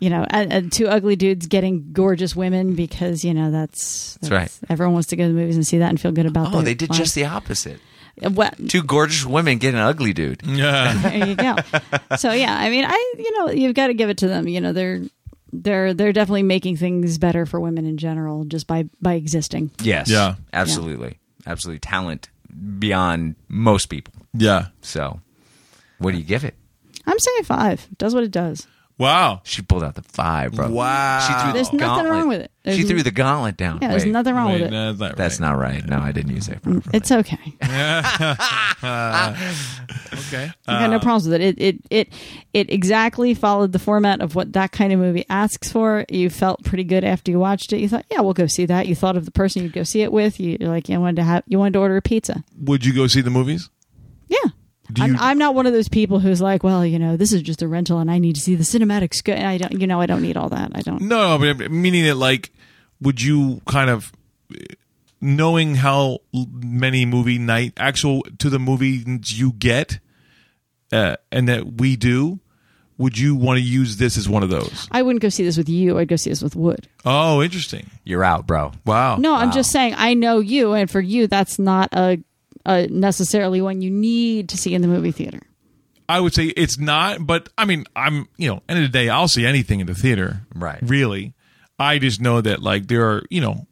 S3: you know and, and two ugly dudes getting gorgeous women because you know that's
S1: That's right.
S3: Everyone wants to go to the movies and see that and feel good about.
S1: Oh,
S3: their
S1: they did
S3: lives.
S1: just the opposite.
S3: What-
S1: Two gorgeous women get an ugly dude.
S2: Mm. Yeah.
S3: there you go. So yeah, I mean, I you know you've got to give it to them. You know they're they're they're definitely making things better for women in general just by by existing.
S1: Yes.
S2: Yeah.
S1: Absolutely. Absolutely. Talent beyond most people.
S2: Yeah.
S1: So, what do you give it?
S3: I'm saying five does what it does.
S2: Wow.
S1: She pulled out the five, bro.
S2: Wow.
S1: She threw
S3: There's
S1: the
S3: nothing
S1: gauntlet.
S3: wrong with it. There's
S1: she
S3: n-
S1: threw the gauntlet down.
S3: Yeah, there's
S1: Wait,
S3: nothing wrong
S2: Wait,
S3: with it.
S2: no, that's not
S1: That's
S2: right.
S1: not right. No, I didn't use that properly.
S3: It's okay.
S2: okay.
S3: I've got no problems with it. It it it it exactly followed the format of what that kind of movie asks for. You felt pretty good after you watched it. You thought, yeah, we'll go see that. You thought of the person you'd go see it with. You, you're like, you wanted to have you wanted to order a pizza.
S2: Would you go see the movies?
S3: Yeah.
S2: Do
S3: I'm,
S2: you-
S3: I'm not one of those people who's like, well, you know, this is just a rental, and I need to see the cinematics. Go- and I don't, you know, I don't need all that. I don't.
S2: No, but I'm- meaning that like, would you kind of knowing how l- many movie night actual to the movies you get, uh, and that we do, would you want to use this as one of those?
S3: I wouldn't go see this with you. I'd go see this with Wood.
S2: Oh, interesting.
S1: You're out, bro.
S2: Wow.
S3: No, I'm just saying. I know you, and for you, that's not a, a necessarily one you need to see in the movie theater.
S2: I would say it's not, but I mean, I'm you know, end of the day, I'll see anything in the theater,
S1: Right.
S2: Really, I just know that like there are you know,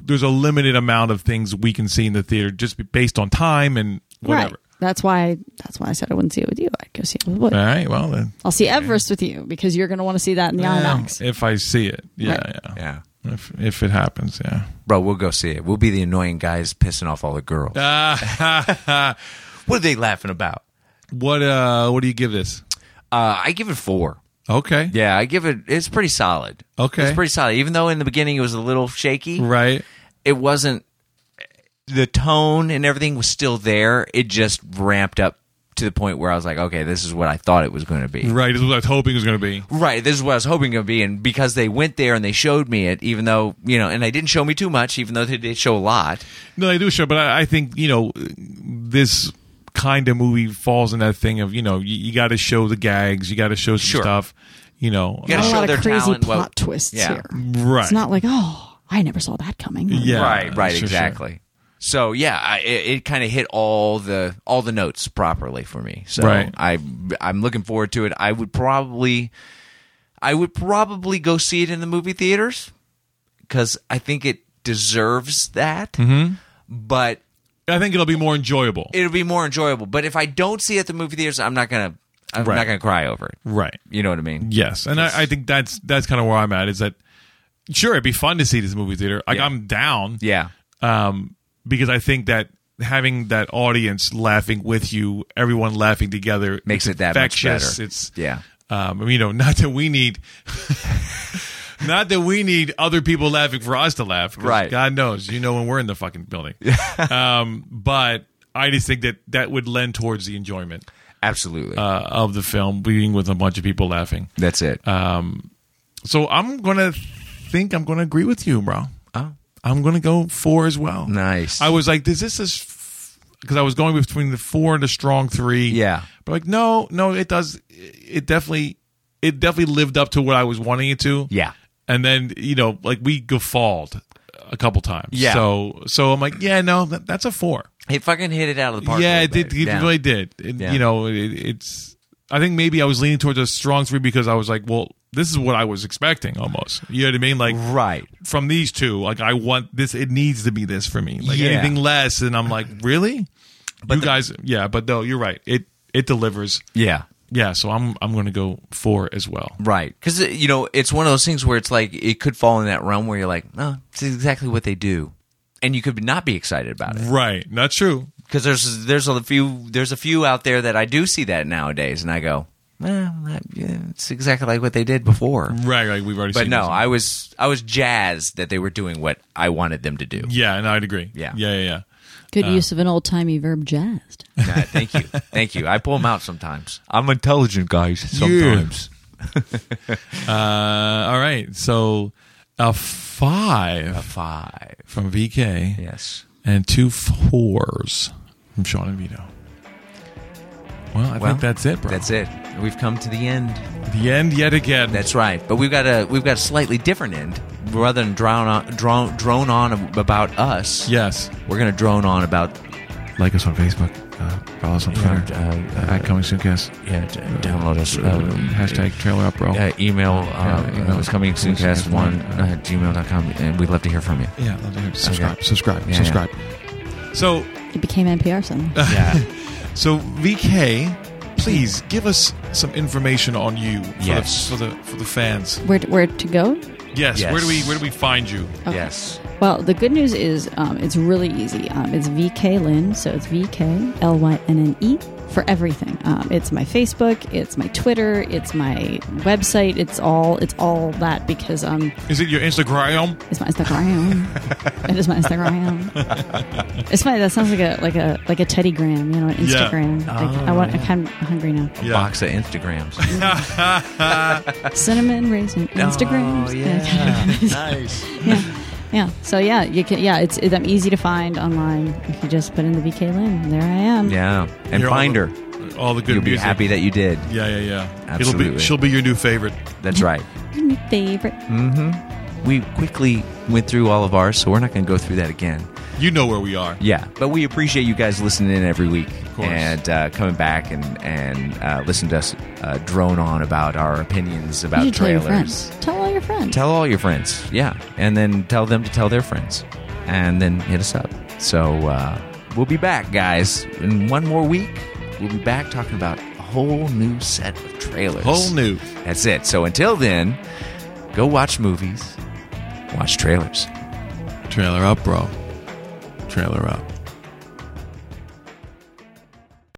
S2: there's a limited amount of things we can see in the theater just be- based on time and whatever.
S3: Right. That's why. That's why I said I wouldn't see it with you. I'd go see it with Wood.
S2: All right, well then,
S3: I'll see Everest with you because you're going to want to see that in the
S2: Yeah,
S3: IMAX.
S2: if I see it, yeah,
S3: Right.
S2: yeah,
S1: Yeah.
S2: If if it happens, yeah.
S1: Bro, we'll go see it. We'll be the annoying guys pissing off all the girls. what are they laughing about?
S2: What uh, what do you give this?
S1: Uh, I give it four.
S2: Okay,
S1: Yeah, I give it. It's pretty solid.
S2: Okay.
S1: it's pretty solid. Even though in the beginning it was a little shaky,
S2: right.
S1: it wasn't. The tone and everything was still there. It just ramped up to the point where I was like, okay, this is what I thought it was going to be.
S2: Right, this is what I was hoping it was going to be.
S1: Right, this is what I was hoping it would be, and because they went there and they showed me it, even though you know, and they didn't show me too much, even though they did show a lot.
S2: No, they do show, but I, I think you know this kind of movie falls in that thing of you know you, you got to show the gags, you got to show some
S1: Sure.
S2: stuff, you know,
S1: You gotta
S3: Not a
S1: show
S3: lot
S1: their
S3: of crazy
S1: talent,
S3: plot
S1: well-
S3: twists
S1: Yeah.
S3: here.
S2: right?
S3: It's not like, oh, I never saw that coming.
S2: Yeah.
S1: right, right,
S2: sure, sure.
S1: exactly. So yeah, I, it, it kind of hit all the all the notes properly for me. So
S2: Right.
S1: I I'm looking forward to it. I would probably I would probably go see it in the movie theaters because I think it deserves that.
S2: Mm-hmm.
S1: But
S2: I think it'll be more enjoyable,
S1: it'll be more enjoyable. But if I don't see it at the movie theaters, I'm not gonna I'm
S2: Right.
S1: not gonna cry over it.
S2: right?
S1: You know what I mean?
S2: Yes, and I, I think that's that's kind of where I'm at. Is that sure? It'd be fun to see this in the movie theater. Like
S1: Yeah.
S2: I'm down.
S1: Yeah.
S2: um, because I think that having that audience laughing with you, everyone laughing together,
S1: Makes
S2: it's
S1: it that much
S2: infectious.
S1: better.
S2: It's
S1: Yeah.
S2: Um, I mean, you know, not that we need, not that we need other people laughing for us to laugh. 'cause
S1: Right.
S2: God knows, you know, when we're in the fucking building. um, but I just think that that would lend towards the enjoyment
S1: Absolutely.
S2: uh, of the film, being with a bunch of people laughing.
S1: That's it.
S2: uh, So I'm gonna think I'm gonna agree with you, bro.
S1: oh,
S2: I'm gonna go four as well.
S1: nice.
S2: I was like, "Does this is?" Because I was going between the four and the strong three.
S1: Yeah.
S2: but like, no, no, it does. It definitely, it definitely lived up to what I was wanting it to.
S1: Yeah.
S2: and then you know, like we guffawed a couple times.
S1: Yeah.
S2: so so I'm like, yeah, no, that, that's a four.
S1: it fucking hit it out of the park. a
S2: yeah,
S1: little
S2: it did.
S1: bit.
S2: It
S1: Yeah.
S2: really did. It-
S1: Yeah.
S2: You know, it, it's. I think maybe I was leaning towards a strong three because I was like, well, this is what I was expecting almost. You know what I mean? Like
S1: Right.
S2: from these two, like I want this. It needs to be this for me. Like
S1: Yeah.
S2: anything less, and I'm like, really? But you
S1: the-
S2: guys, yeah. But no, you're right. It it delivers.
S1: Yeah.
S2: Yeah. So I'm I'm gonna go four as well.
S1: Right. Because, you know, it's one of those things where it's like it could fall in that realm where you're like, no, it's exactly what they do. And you could not be excited about it.
S2: Right. Not true.
S1: Because there's there's a few there's a few out there that I do see that nowadays, and I go, eh, that- yeah, it's exactly like what they did before.
S2: Right. Like we've already.
S1: But
S2: seen
S1: no,
S2: this.
S1: I was I was jazzed that they were doing what I wanted them to do.
S2: Yeah, and I'd agree.
S1: Yeah.
S2: Yeah. Yeah. yeah.
S1: Uh.
S3: Good use of an old timey verb, jazzed.
S1: Nah, thank you, thank you. I pull them out sometimes. I'm intelligent, guys. Sometimes.
S2: Uh, all right. So a five
S1: Five.
S2: from VK
S1: Yes.
S2: and two fours from Sean and Vito. Well, I
S1: Well,
S2: think that's it, bro.
S1: That's it. We've come to the end.
S2: The end yet again.
S1: That's right. But we've got a we've got a slightly different end. Rather than drown on, drone, drone on about us,
S2: yes.
S1: we're going to drone on about
S2: Like us on Facebook. Uh, follow us on Twitter.
S1: uh,
S2: at Coming Soon Cast.
S1: yeah, d- download us.
S2: Uh, hashtag Trailer Up Bro.
S1: Uh, email uh,
S2: Yeah, email
S1: it's coming soon cast one uh, gmail.com and we'd love to hear from you
S2: Yeah, love to hear- subscribe,
S1: Okay.
S2: subscribe,
S1: Yeah,
S2: Uh, subscribe. So,
S3: It became NPR suddenly.
S1: Uh.
S2: so VK, please give us some information on you for,
S1: Yes.
S2: the, for the for the fans.
S3: Where, where to go?
S2: Yes,
S1: Yes.
S2: Where do we where do we find you?
S3: Okay.
S1: yes
S3: Well, the good news is um, it's really easy. Um, it's VK Lynn, so it's VK L Y N N E for everything. Um, it's my Facebook, it's my Twitter, it's my website. It's all it's all that because um,
S2: Is it your Instagram?
S3: it's my Instagram. it is my Instagram. It's my that sounds like a like a like a Teddy Graham, you know, an
S2: Yeah.
S3: Instagram. Like, I want. I'm hungry now.
S2: Yeah.
S1: box of instagrams
S3: Cinnamon raisin Instagram.
S1: Oh, nice
S3: Yeah. So yeah, you can. Yeah, it's it, I'm easy to find online if you just put in the VK Lynn. There I am.
S1: yeah and
S2: You're all
S1: find
S2: the-
S1: her
S2: All the good
S1: you'll be
S2: music.
S1: happy that you did
S2: Yeah, yeah, yeah. It'll
S1: Absolutely.
S2: be she'll be your new favorite.
S1: that's right
S3: My favorite.
S1: we quickly went through all of ours so we're not going to go through that again
S2: You know where we are.
S1: yeah but we appreciate you guys listening in every week
S2: course.
S1: and uh, coming back and and uh, listen to us uh, drone on about our opinions
S3: You
S1: about
S3: should tell your
S1: trailers
S3: friends. Tell all your friends.
S1: tell all your friends yeah and then tell them to tell their friends and then hit us up so uh, we'll be back guys in one more week we'll be back talking about a whole new set of trailers
S2: Whole new.
S1: that's it so until then go watch movies watch trailers
S2: Trailer up, bro. Trailer up.